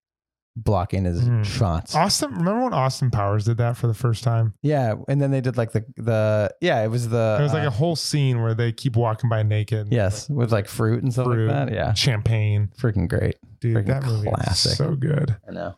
blocking his Hmm. shots. Austin, remember when Austin Powers did that for the first time? Yeah, and then they did like the the yeah, it was the There was like uh, a whole scene where they keep walking by naked. and yes with like fruit and stuff Fruit. like that. Yeah, Champagne. freaking great. Dude, Freaking that movie classic. is so good. I know.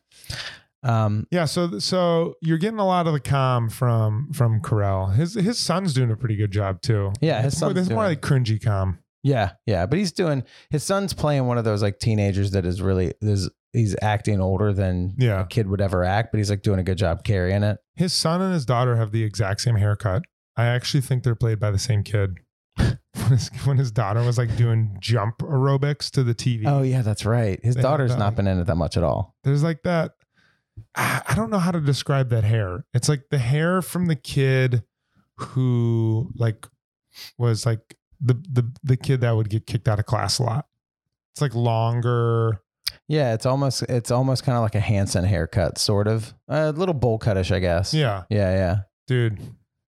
Um, Yeah, so so you're getting a lot of the calm from from Carell. His his son's doing a pretty good job too. Yeah, his his son. son's It's more doing- like cringy calm. Yeah, yeah, but he's doing his son's playing one of those like teenagers that is really is he's acting older than Yeah, a kid would ever act, but he's like doing a good job carrying it. his son and his daughter have the exact same haircut. I actually think they're played by the same kid. when his when his daughter was like doing jump aerobics to the TV. Oh yeah, that's right. His They have daughter's that, not like- been in it that much at all. there's like that I I don't know how to describe that hair. It's like the hair from the kid who like was like the the the kid that would get kicked out of class a lot. It's like longer. Yeah, it's almost it's almost kind of like a Hanson haircut, sort of a little bowl cutish, I guess. Yeah, yeah, dude.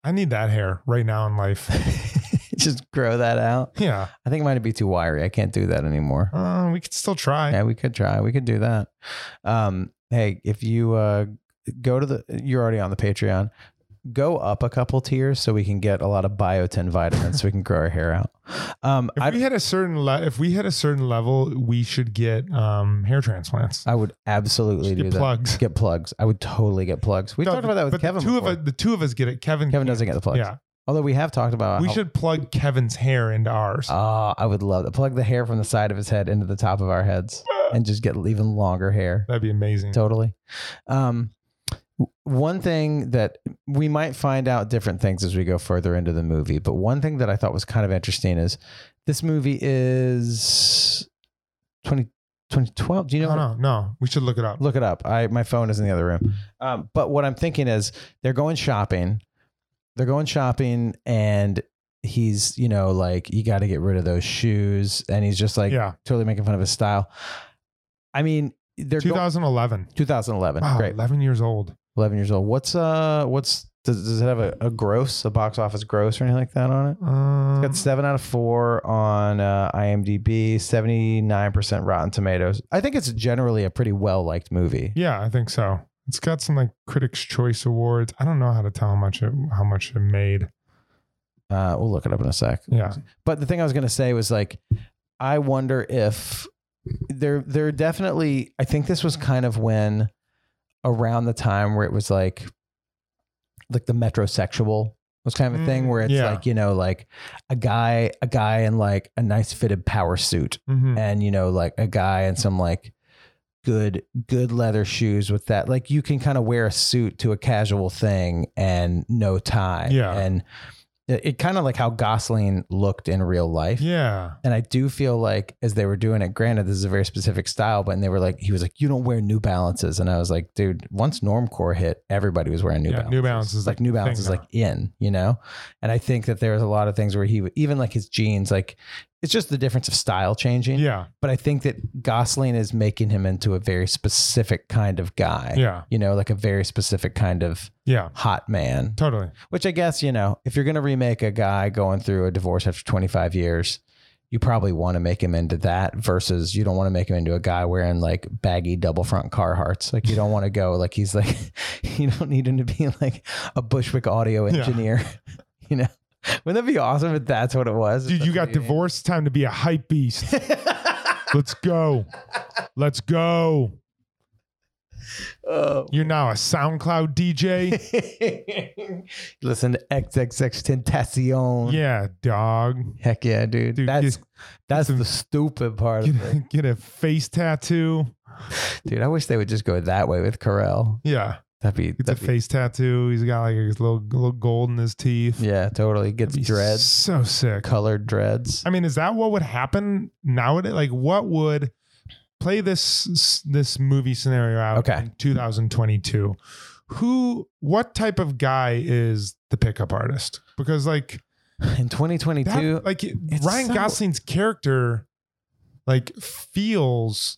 I need that hair right now in life. yeah. Just grow that out. Yeah. I think it might be too wiry. I can't do that anymore. Uh, we could still try. Yeah, we could try. We could do that. Um, hey, if you uh, go to the, you're already on the Patreon. Go up a couple tiers so we can get a lot of biotin vitamins so we can grow our hair out. Um, If I, we hit a certain le- if we hit a certain level, we should get um hair transplants. I would absolutely Just do get that. plugs. Get plugs. I would totally get plugs. We No, talked about that with but the Kevin. Two before. of us, the two of us get it. Kevin Kevin can't. doesn't get the plugs. Yeah, Although we have talked about we how- should plug Kevin's hair into ours. Ah, I would love to plug the hair from the side of his head into the top of our heads and just get even longer hair. That'd be amazing. Totally. Um, w- one thing that we might find out different things as we go further into the movie, but one thing that I thought was kind of interesting is this movie is 20, 2012. Do you know? No, no, no. We should look it up. Look it up. I my phone is in the other room. Um, but what I'm thinking is they're going shopping. They're going shopping, and he's you know like you got to get rid of those shoes, and he's just like yeah, totally making fun of his style. I mean, they're go- 2011. 2011. Wow, Great, 11 years old. 11 years old. What's uh, what's does, does it have a, a gross, a box office gross or anything like that on it? Um, Got seven out of four on uh, IMDb, seventy nine percent Rotten Tomatoes. I think it's generally a pretty well liked movie. yeah, I think so. It's got some like Critics' Choice Awards. I don't know how to tell how much it how much it made. Uh, we'll look it up in a sec. Yeah, But the thing I was gonna say was like, I wonder if there there definitely. I think this was kind of when around the time where it was like, like the metrosexual was kind of a thing where it's Yeah. like you know like a guy a guy in like a nice fitted power suit Mhm. and you know like a guy in some like good good leather shoes with that like you can kind of wear a suit to a casual thing and no tie Yeah. and it, it kind of like how Gosling looked in real life Yeah. and I do feel like as they were doing it, granted, this is a very specific style, but and they were like, he was like, you don't wear New Balances. And I was like, dude, once Normcore hit, everybody was wearing New Yeah, Balances. New Balance is like the New Balance thing is now. like in, you know? And I think that there was a lot of things where he, would- even like his jeans, like it's just the difference of style changing. Yeah. But I think that Gosling is making him into a very specific kind of guy. Yeah. You know, like a very specific kind of Yeah. hot man. Totally. Which I guess, you know, if you're going to remake a guy going through a divorce after 25 years, you probably want to make him into that versus you don't want to make him into a guy wearing like baggy double front Carhartts. Like you don't want to go like he's like, you don't need him to be like a Bushwick audio Yeah. engineer, you know? Wouldn't that be awesome if that's what it was? If Dude, you that's got what he- divorced. Time to be a hype beast. Let's go. Let's go. Oh. You're now a SoundCloud DJ. Listen to XXX Tentacion. yeah, dog. Heck yeah, dude. Dude, that's get- that's the stupid part Get of it. a, get a face tattoo. Dude, I wish they would just go that way with Carell. Yeah. That'd be, Gets a that'd be face tattoo. He's got like his little little gold in his teeth. yeah, totally. Gets That'd be dreads, So sick. colored dreads. I mean, is that what would happen nowadays? Like, what would play this this movie scenario out? Okay. in 2022. Who? What type of guy is the pickup artist? Because like In 2022, that, like Ryan so- Gosling's character, like feels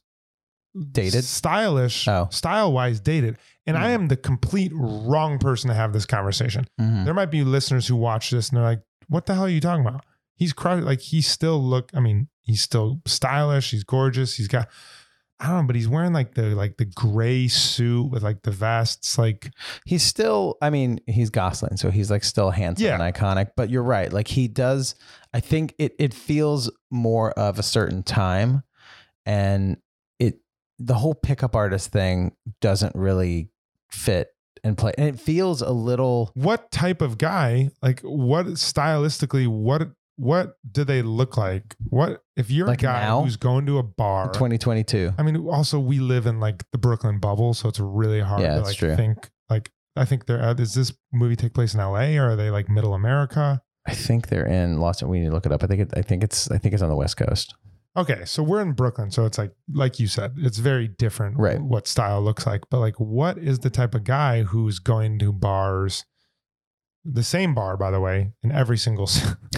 dated. stylish, Oh. Hmm. style wise dated. And I am the complete wrong person to have this conversation. Mhm. There might be listeners who watch this and they're like, "What the hell are you talking about?" He's crowded. Like he still look. I mean, he's still stylish. He's gorgeous. He's got. I don't know, but he's wearing like the like the gray suit with like the vests. Like He's still, I mean, he's Gosling, so he's like still handsome Yeah. and iconic. But you're right. Like he does, I think it it feels more of a certain time, and it the whole pickup artist thing doesn't really fit and play, and it feels a little. what type of guy? Like what stylistically? What what do they look like? What if you're Like a guy now? who's going to a bar? 2022. I mean, also we live in like the Brooklyn bubble, so it's really hard Yeah, to that's like true. think like I think there uh, does this movie take place in L.A. or are they like Middle America? I think they're in Los. We need to look it up. I think it, I think it's I think it's on the West Coast. Okay, so we're in Brooklyn, so it's like like you said, it's very different Right. what style looks like. But like, what is the type of guy who's going to bars? The same bar, by the way, in every single.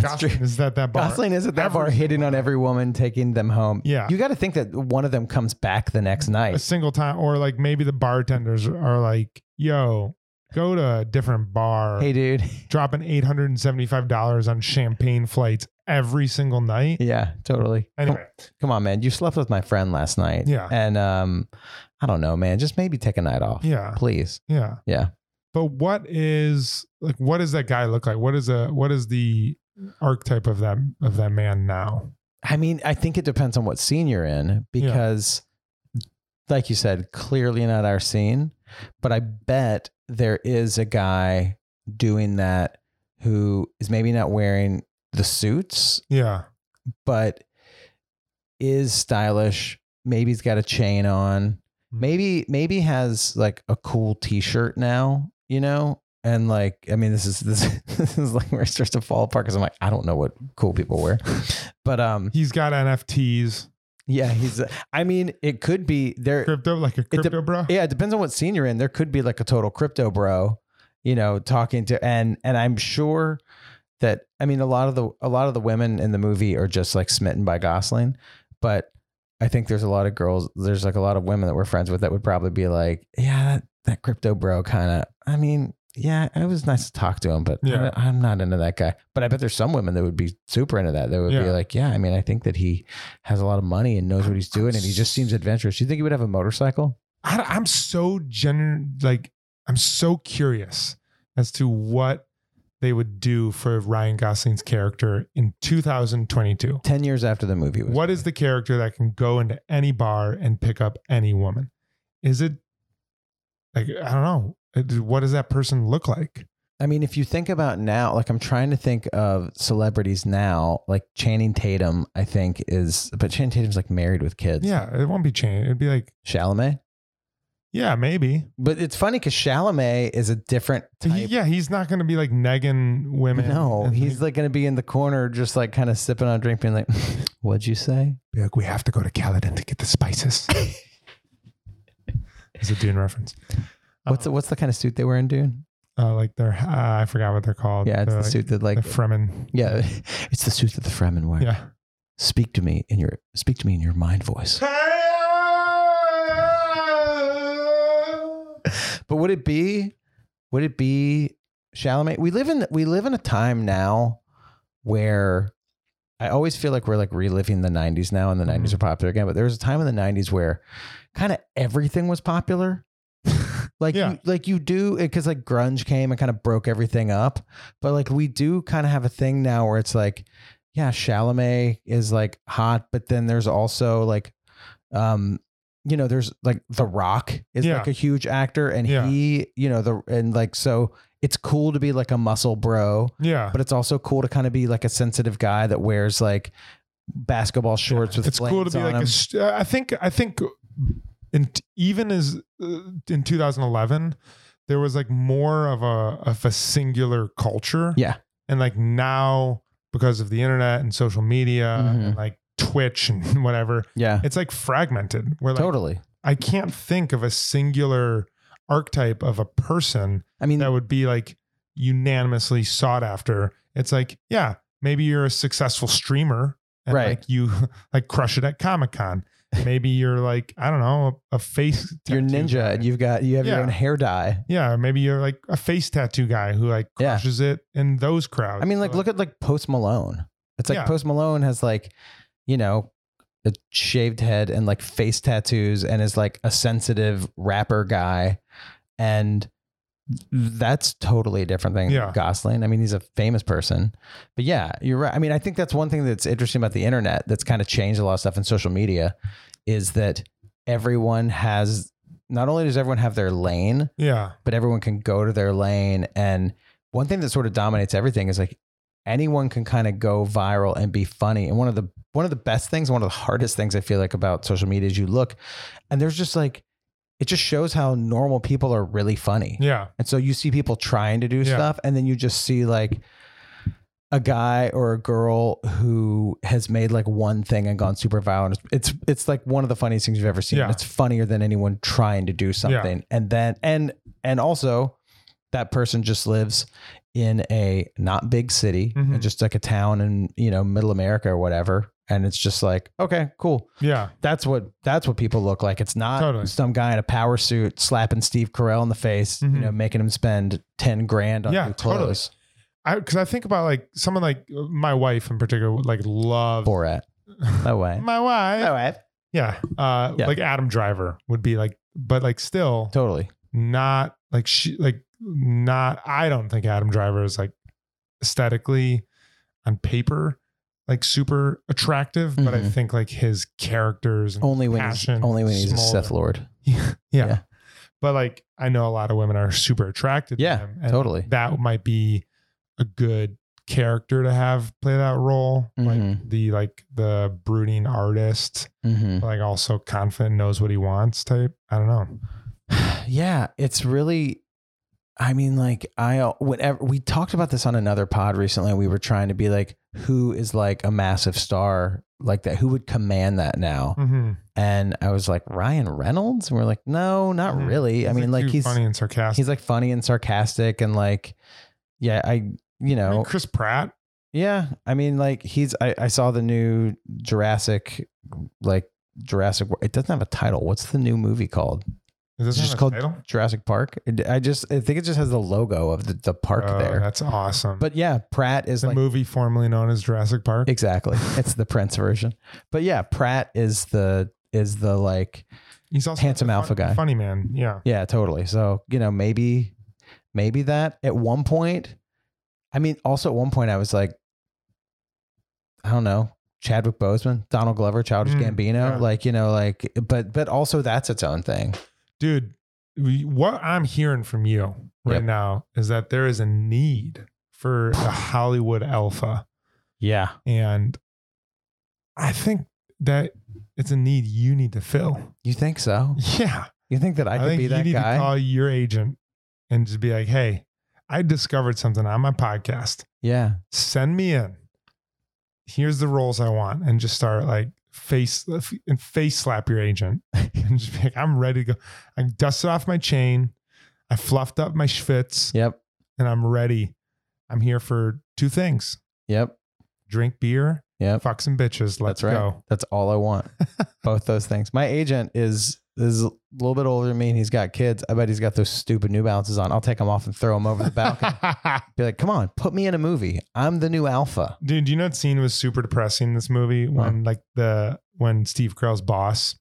Gosling true. is that that bar? Gosling is at that Every bar hitting single on bar. every woman, taking them home. Yeah. you got to think that one of them comes back the next a night. single time, or like maybe the bartenders are like, "Yo, go to a different bar." Hey, dude. dropping eight hundred and seventy-five dollars on champagne flights every single night. Yeah, totally. Come- Anyway, come on, man. You slept with my friend last night. Yeah. and um, I don't know, man. Just maybe take a night off. yeah, please. yeah, Yeah. But what is like? What does that guy look like? What is a what is the archetype of that of that man now? I mean, I think it depends on what scene you're in because, like you said, clearly not our scene. But I bet there is a guy doing that who is maybe not wearing the suits, Yeah, but is stylish. Maybe he's got a chain on. Hmm. Maybe maybe has like a cool T-shirt now. You know. And like, I mean, this is this, this is like where it starts to fall apart because I'm like, I don't know what cool people wear, but um, he's got NFTs, yeah, he's. I mean, it could be there. crypto, like a de- crypto bro. Yeah, it depends on what scene you're in. There could be like a total crypto bro, you know, talking to and and I'm sure that I mean a lot of the a lot of the women in the movie are just like smitten by Gosling, but I think there's a lot of girls. There's like a lot of women that we're friends with that would probably be like, yeah, that, that crypto bro kind of. I mean. Yeah, it was nice to talk to him, but Yeah. I, am not into that guy. But I bet there's some women that would be super into that. That would be Yeah. like, yeah, I mean, I think that he has a lot of money and knows what he's doing, and he just seems adventurous. You think he would have a motorcycle? I, I'm so genuine, like I'm so curious as to what they would do for Ryan Gosling's character in 2022. Ten years after the movie was, What is the character that can go into any bar and pick up any woman? Is it like I don't know. It- What does that person look like? I mean, if you think about now, like I'm trying to think of celebrities now, like Channing Tatum, I think is, but Channing Tatum's like married with kids. Yeah, it won't be changed. It'd be like, Chalamet. yeah, maybe. But it's funny because Chalamet is a different He- type. yeah, he's not going to be like negging women. No, and, he's like, like going to be in the corner, just like kind of sipping on a drink, being like, "What'd you say?" be like, we have to go to Caledon to get the spices. it's a Dune reference. What's the, what's the kind of suit they wear in Dune? Uh, like they're, uh, I forgot what they're called. Yeah, it's They're the like- suit that like, the Fremen. yeah, it's the suit that the Fremen wear. Yeah. Speak to me in your speak to me in your mind voice. But would it be? Would it be Chalamet? We live in we live in a time now where I always feel like we're like reliving the '90s now, and the '90s Mm-hmm. are popular again. But there was a time in the '90s where kind of everything was popular. like Yeah. you, like you do because like grunge came and kind of broke everything up. But like we do kind of have a thing now where it's like, yeah, Chalamet is like hot, but then there's also like, um, you know, there's like The Rock is Yeah. like a huge actor, and Yeah. he, you know, the and like so it's cool to be like a muscle bro, Yeah. but it's also cool to kind of be like a sensitive guy that wears like basketball shorts with it's cool to be like a, st- uh, I think I think in even as uh, in 2011 there was like more of a of a singular culture Yeah. and like now because of the internet and social media Mhm. and like Twitch and whatever yeah, it's like fragmented where like totally. I can't think of a singular archetype of a person I mean, that would be like unanimously sought after. It's like, yeah, maybe you're a successful streamer and Right. like you like crush it at Comic Con. Maybe you're like, I don't know, a, a face you're tattoo ninja guy. and you've got you have Yeah. your own hair dye. yeah, or maybe you're like a face tattoo guy who like Yeah. crushes it in those crowds. I mean, like So, look at like Post Malone. It's like Yeah. Post Malone has like, you know, a shaved head and like face tattoos and is like a sensitive rapper guy, and that's totally a different thing. than Yeah. Gosling. I mean, he's a famous person, but yeah, you're right. I mean, I think that's one thing that's interesting about the internet that's kind of changed a lot of stuff in social media, is that everyone has. Not only does everyone have their lane, yeah, but everyone can go to their lane. And one thing that sort of dominates everything is like anyone can kind of go viral and be funny. And one of the one of the best things, one of the hardest things I feel like about social media is you look and there's just like it just shows how normal people are really funny. yeah, And so you see people trying to do Yeah. stuff, and then you just see like a guy or a girl who has made like one thing and gone super violent. It's it's like one of the funniest things you've ever seen. Yeah. It's funnier than anyone trying to do something. And then and and also that person just lives in a not big city Mhm. and just like a town in, you know, middle America or whatever. And it's just like, okay, cool yeah, that's what that's what people look like. It's not Totally. some guy in a power suit slapping Steve Carell in the face, Mhm. you know, making him spend ten grand on Yeah, new totally. clothes. I because I think about like someone like uh, my wife in particular, would, like love Borat. No way. my wife. No way. Yeah. Uh Yeah. like Adam Driver would be like but like still Totally. not like she like not I don't think Adam Driver is like aesthetically on paper like super attractive, but I Mhm. think like his characters and Only when passion, he's only when he's smolder. a Sith Lord. yeah. Yeah. But like I know a lot of women are super attracted Yeah, to him. totally. That might be a good character to have play that role. Like Mhm. the like the brooding artist Mm-hmm. like also confident, knows what he wants type. I don't know. yeah, it's really. I mean, like I uh, whenever we talked about this on another pod recently, we were trying to be like, who is like a massive star like that? Who would command that now? Mm-hmm. And I was like, Ryan Reynolds? And we're like, no, not Mhm. really. I mean, like he's funny and sarcastic. he's like funny and sarcastic and like yeah i you I know mean, Chris Pratt. yeah i mean like he's I, I saw the new jurassic like jurassic Wor- it doesn't have a title what's the new movie called Is this It's just just called called title? jurassic park It- i just i think it just has the logo of the, the park Oh, there That's awesome. but yeah pratt is the like movie formerly known as Jurassic Park. exactly it's the prince version but yeah pratt is the is the like he's also handsome the alpha guy. funny man. Yeah, Yeah, totally. So, you know, maybe maybe that at one point I mean, also at one point I was like I don't know, Chadwick Boseman, Donald Glover, Childish Mm, Gambino, yeah. like, you know, like but but also that's its own thing. dude. we- what I'm hearing from you right Yep. now is that there is a need for a Hollywood alpha. Yeah. And I think that it's a need you need to fill. You think so? Yeah. You think that I, could think be you that need to guy? call your agent and just be like, hey, I discovered something on my podcast. Yeah. Send me in. Here's the roles I want. And just start like face and face slap your agent and just be like, I'm ready to go. I dusted off my chain. I fluffed up my schwitz Yep. and I'm ready. I'm here for two things Yep. drink beer, Yep. fuck some bitches. Let's That's right. go. That's all I want. Both those things. My agent is is a little bit older than me and he's got kids. I bet he's got those stupid new balances on. I'll take them off and throw them over the balcony. Be like, come on, put me in a movie. I'm the new alpha. Dude, do you know what scene was super depressing in this movie when like the when Steve Carell's boss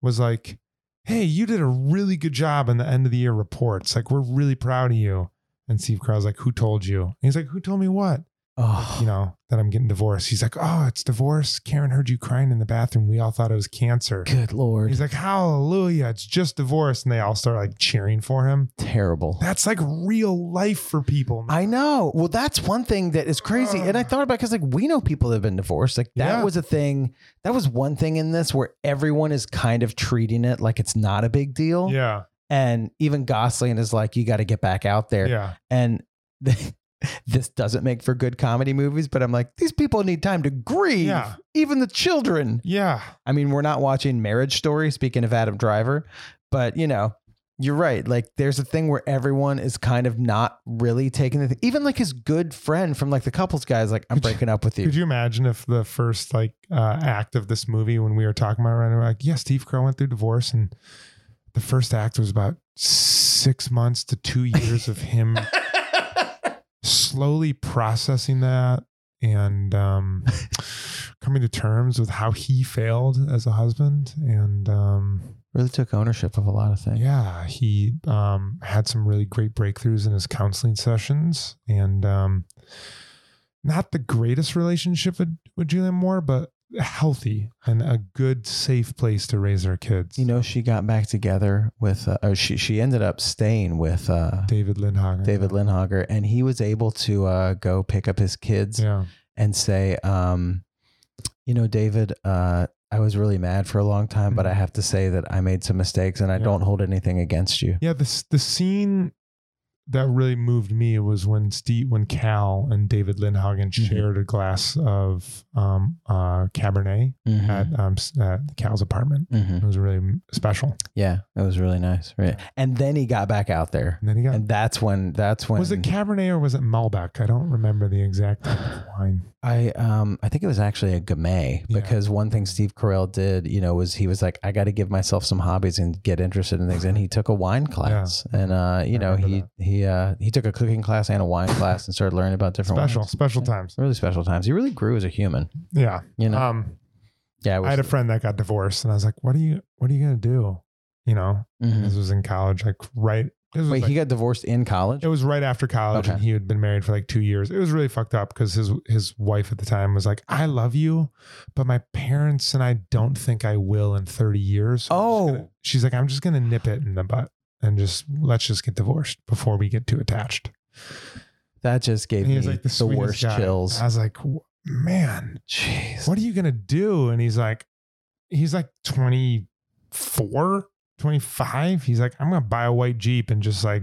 was like, "Hey, you did a really good job in the end of the year reports. Like, we're really proud of you." And Steve Carell's like, "Who told you?" And he's like, "Who told me what?" Oh, You know that I'm getting divorced. He's like, "Oh, it's divorce. Karen heard you crying in the bathroom. We all thought it was cancer." good lord. He's like, "Hallelujah! It's just divorce," and they all start like cheering for him. Terrible. That's like real life for people. man. I know. Well, that's one thing that is crazy. And I thought about because like we know people that have been divorced. Like that Yeah. was a thing. That was one thing in this where everyone is kind of treating it like it's not a big deal. Yeah, And even Gosling is like, you got to get back out there. yeah. And this doesn't make for good comedy movies, but I'm like, these people need time to grieve. Yeah. Even the children. Yeah. I mean, we're not watching Marriage Story, speaking of Adam Driver, but you know, you're right. Like, there's a thing where everyone is kind of not really taking the thing. Even like his good friend from like the couples guy is like, I'm Could you- breaking up with you. Could you imagine if the first like uh, act of this movie, when we were talking about it, right, we're like, yeah, Steve Carell went through divorce, and the first act was about six months to two years of him slowly processing that and um, coming to terms with how he failed as a husband, and um, really took ownership of a lot of things. yeah, he um, had some really great breakthroughs in his counseling sessions, and um, not the greatest relationship with, with Julian Moore, but healthy and a good, safe place to raise our kids. You know, she got back together with, uh, oh, she, she ended up staying with uh, David Lindhagen. David Lindhager, and he was able to uh, go pick up his kids Yeah, and say, um, you know, David, uh, I was really mad for a long time, but I have to say that I made some mistakes and I Mm-hmm. Yeah. don't hold anything against you. yeah. This the scene that really moved me was when Steve, when Cal and David Lindhagen Mm-hmm. shared a glass of um, uh, Cabernet Mhm. at, um, s- at Cal's apartment. Mhm. It was really special. Yeah, that was really nice. Right. And then he got back out there. And then he got And that's when that's when Was it Cabernet or was it Malbec? I don't remember the exact type of wine. I um I think it was actually a Gamay Yeah. because one thing Steve Carell did, you know, was he was like, I got to give myself some hobbies and get interested in things, and he took a wine class, and uh, you know, remember he he uh he took a cooking class and a wine class and started learning about different Special, wines. special times. really special times. He really grew as a human, Yeah. you know. Um, yeah, it I had a friend that got divorced, and I was like, "What are you? What are you gonna do?" You know, mhm. this was in college, like right. This was Wait, like- he got divorced in college. It was right after college, and Okay. he had been married for like two years. It was really fucked up because his his wife at the time was like, "I love you, but my parents and I don't think I will in thirty years." so I'm just Oh. gonna-" she's like, "I'm just gonna nip it in the butt and just let's just get divorced before we get too attached." That just gave And me he was like the, the, sweetest worst guy. chills. I was like, "W- man, Jeez. what are you gonna do? And he's like, he's like 24, 25. He's like, I'm gonna buy a white Jeep and just like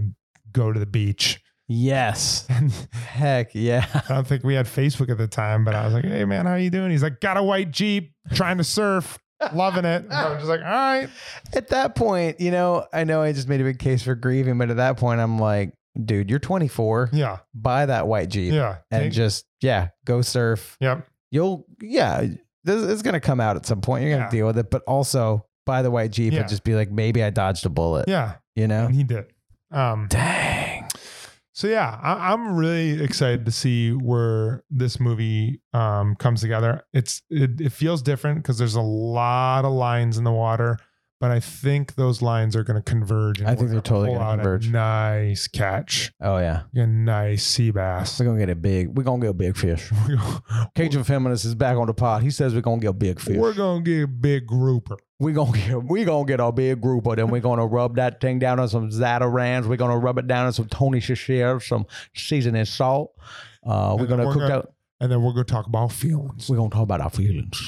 go to the beach. Yes. And Heck yeah. I don't think we had Facebook at the time, but I was like, hey man, how you doing? He's like, got a white Jeep, trying to surf, loving it. And I was just like, all right. At that point, you know, I know I just made a big case for grieving, but at that point, I'm like, dude, you're 24. Yeah. Buy that white Jeep Yeah. and Take- just, yeah, go surf. Yep. You'll, yeah, this is going to come out at some point. You're going to Yeah. deal with it, but also buy the white Jeep Yeah. and just be like, maybe I dodged a bullet, yeah. you know? And he did. Um Dang. So yeah, I, I'm really excited to see where this movie um, comes together. It's it, it feels different because there's a lot of lines in the water, But I think those lines are going to converge. And I think they're we're gonna totally pull gonna out a converge. Nice catch. Oh yeah, A nice sea bass. we're gonna get a big. We're gonna get a big fish. Cajun feminist is back on the pod. He says we're gonna get a big fish. We're going to get a big grouper. We gonna get we gonna get our big grouper, then we're gonna rub that thing down on some Zatarans. We're gonna rub it down on some Tony Shishere, some seasoning salt. Uh, we're then gonna we're cook gonna- out. And then we're going to talk about feelings. We're gonna talk about our feelings.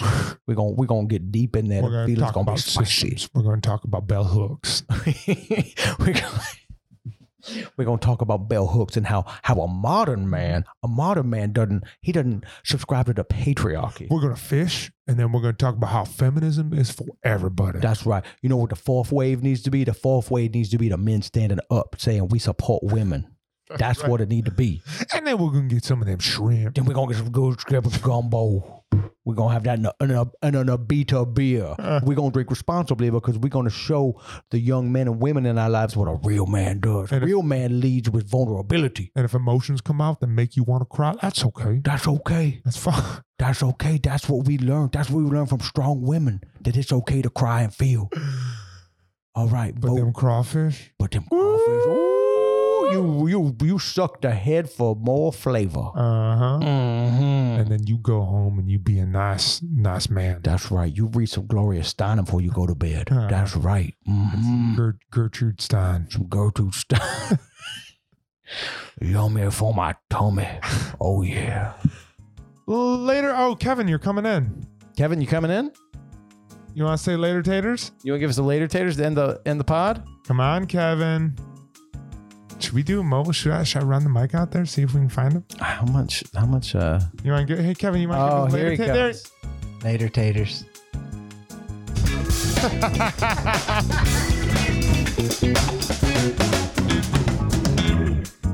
we're gonna we're gonna get deep in there. We're The going to feelings talk gonna be about spicy. systems. We're going to talk about bell hooks. we're gonna we're gonna talk about bell hooks and how how a modern man a modern man doesn't he doesn't subscribe to the patriarchy. We're going to fish. And then we're going to talk about how feminism is for everybody. That's right. You know what the fourth wave needs to be? The fourth wave needs to be the men standing up saying we support women. That's what it need to be. and then we're going to get some of them shrimp. Then we're gonna get some good strip of gumbo. We're gonna have that in a, in a, in a Nabita beer. Uh. we're gonna drink responsibly because we're gonna show the young men and women in our lives what a real man does. A And if- real man leads with vulnerability. And if emotions come out that make you want to cry, that's okay. That's okay. That's fine. That's okay. That's what we learned. That's what we learned from strong women that it's okay to cry and feel. All right, But vote. them crawfish, But them crawfish, ooh, you you you suck the head for more flavor. uh huh. Mm-hmm. And then you go home and you be a nice, nice man. That's right. You read some Gloria Steinem before you go to bed. Huh. That's right. Mhm. Gert- Gertrude Stein. Some Gertrude Steinem. Yummy for my tummy. Oh yeah. Later. Oh, Kevin, you're coming in. Kevin, you coming in? You want to say later, taters? You want to give us the later taters to end the end the pod? Come on, Kevin. Should we do a mobile? Should I, should I run the mic out there? See if we can find him. How much? How much? Uh. You want to get? Hey, Kevin, you want to Oh, give here us he later taters? comes. Later taters.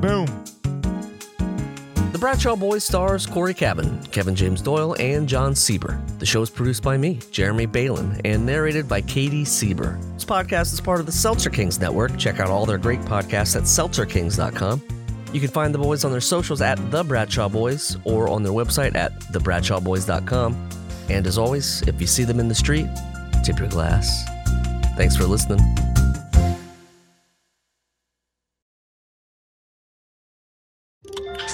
Boom. The Bradshaw Boys stars Corey Cabin, Kevin James Doyle, and John Sieber. The show is produced by me, Jeremy Balin, and narrated by Katie Sieber. This podcast is part of the Seltzer Kings Network. Check out all their great podcasts at seltzerkings.com. You can find the boys on their socials at The Bradshaw Boys or on their website at TheBradshawBoys.com. And as always, if you see them in the street, tip your glass. Thanks for listening.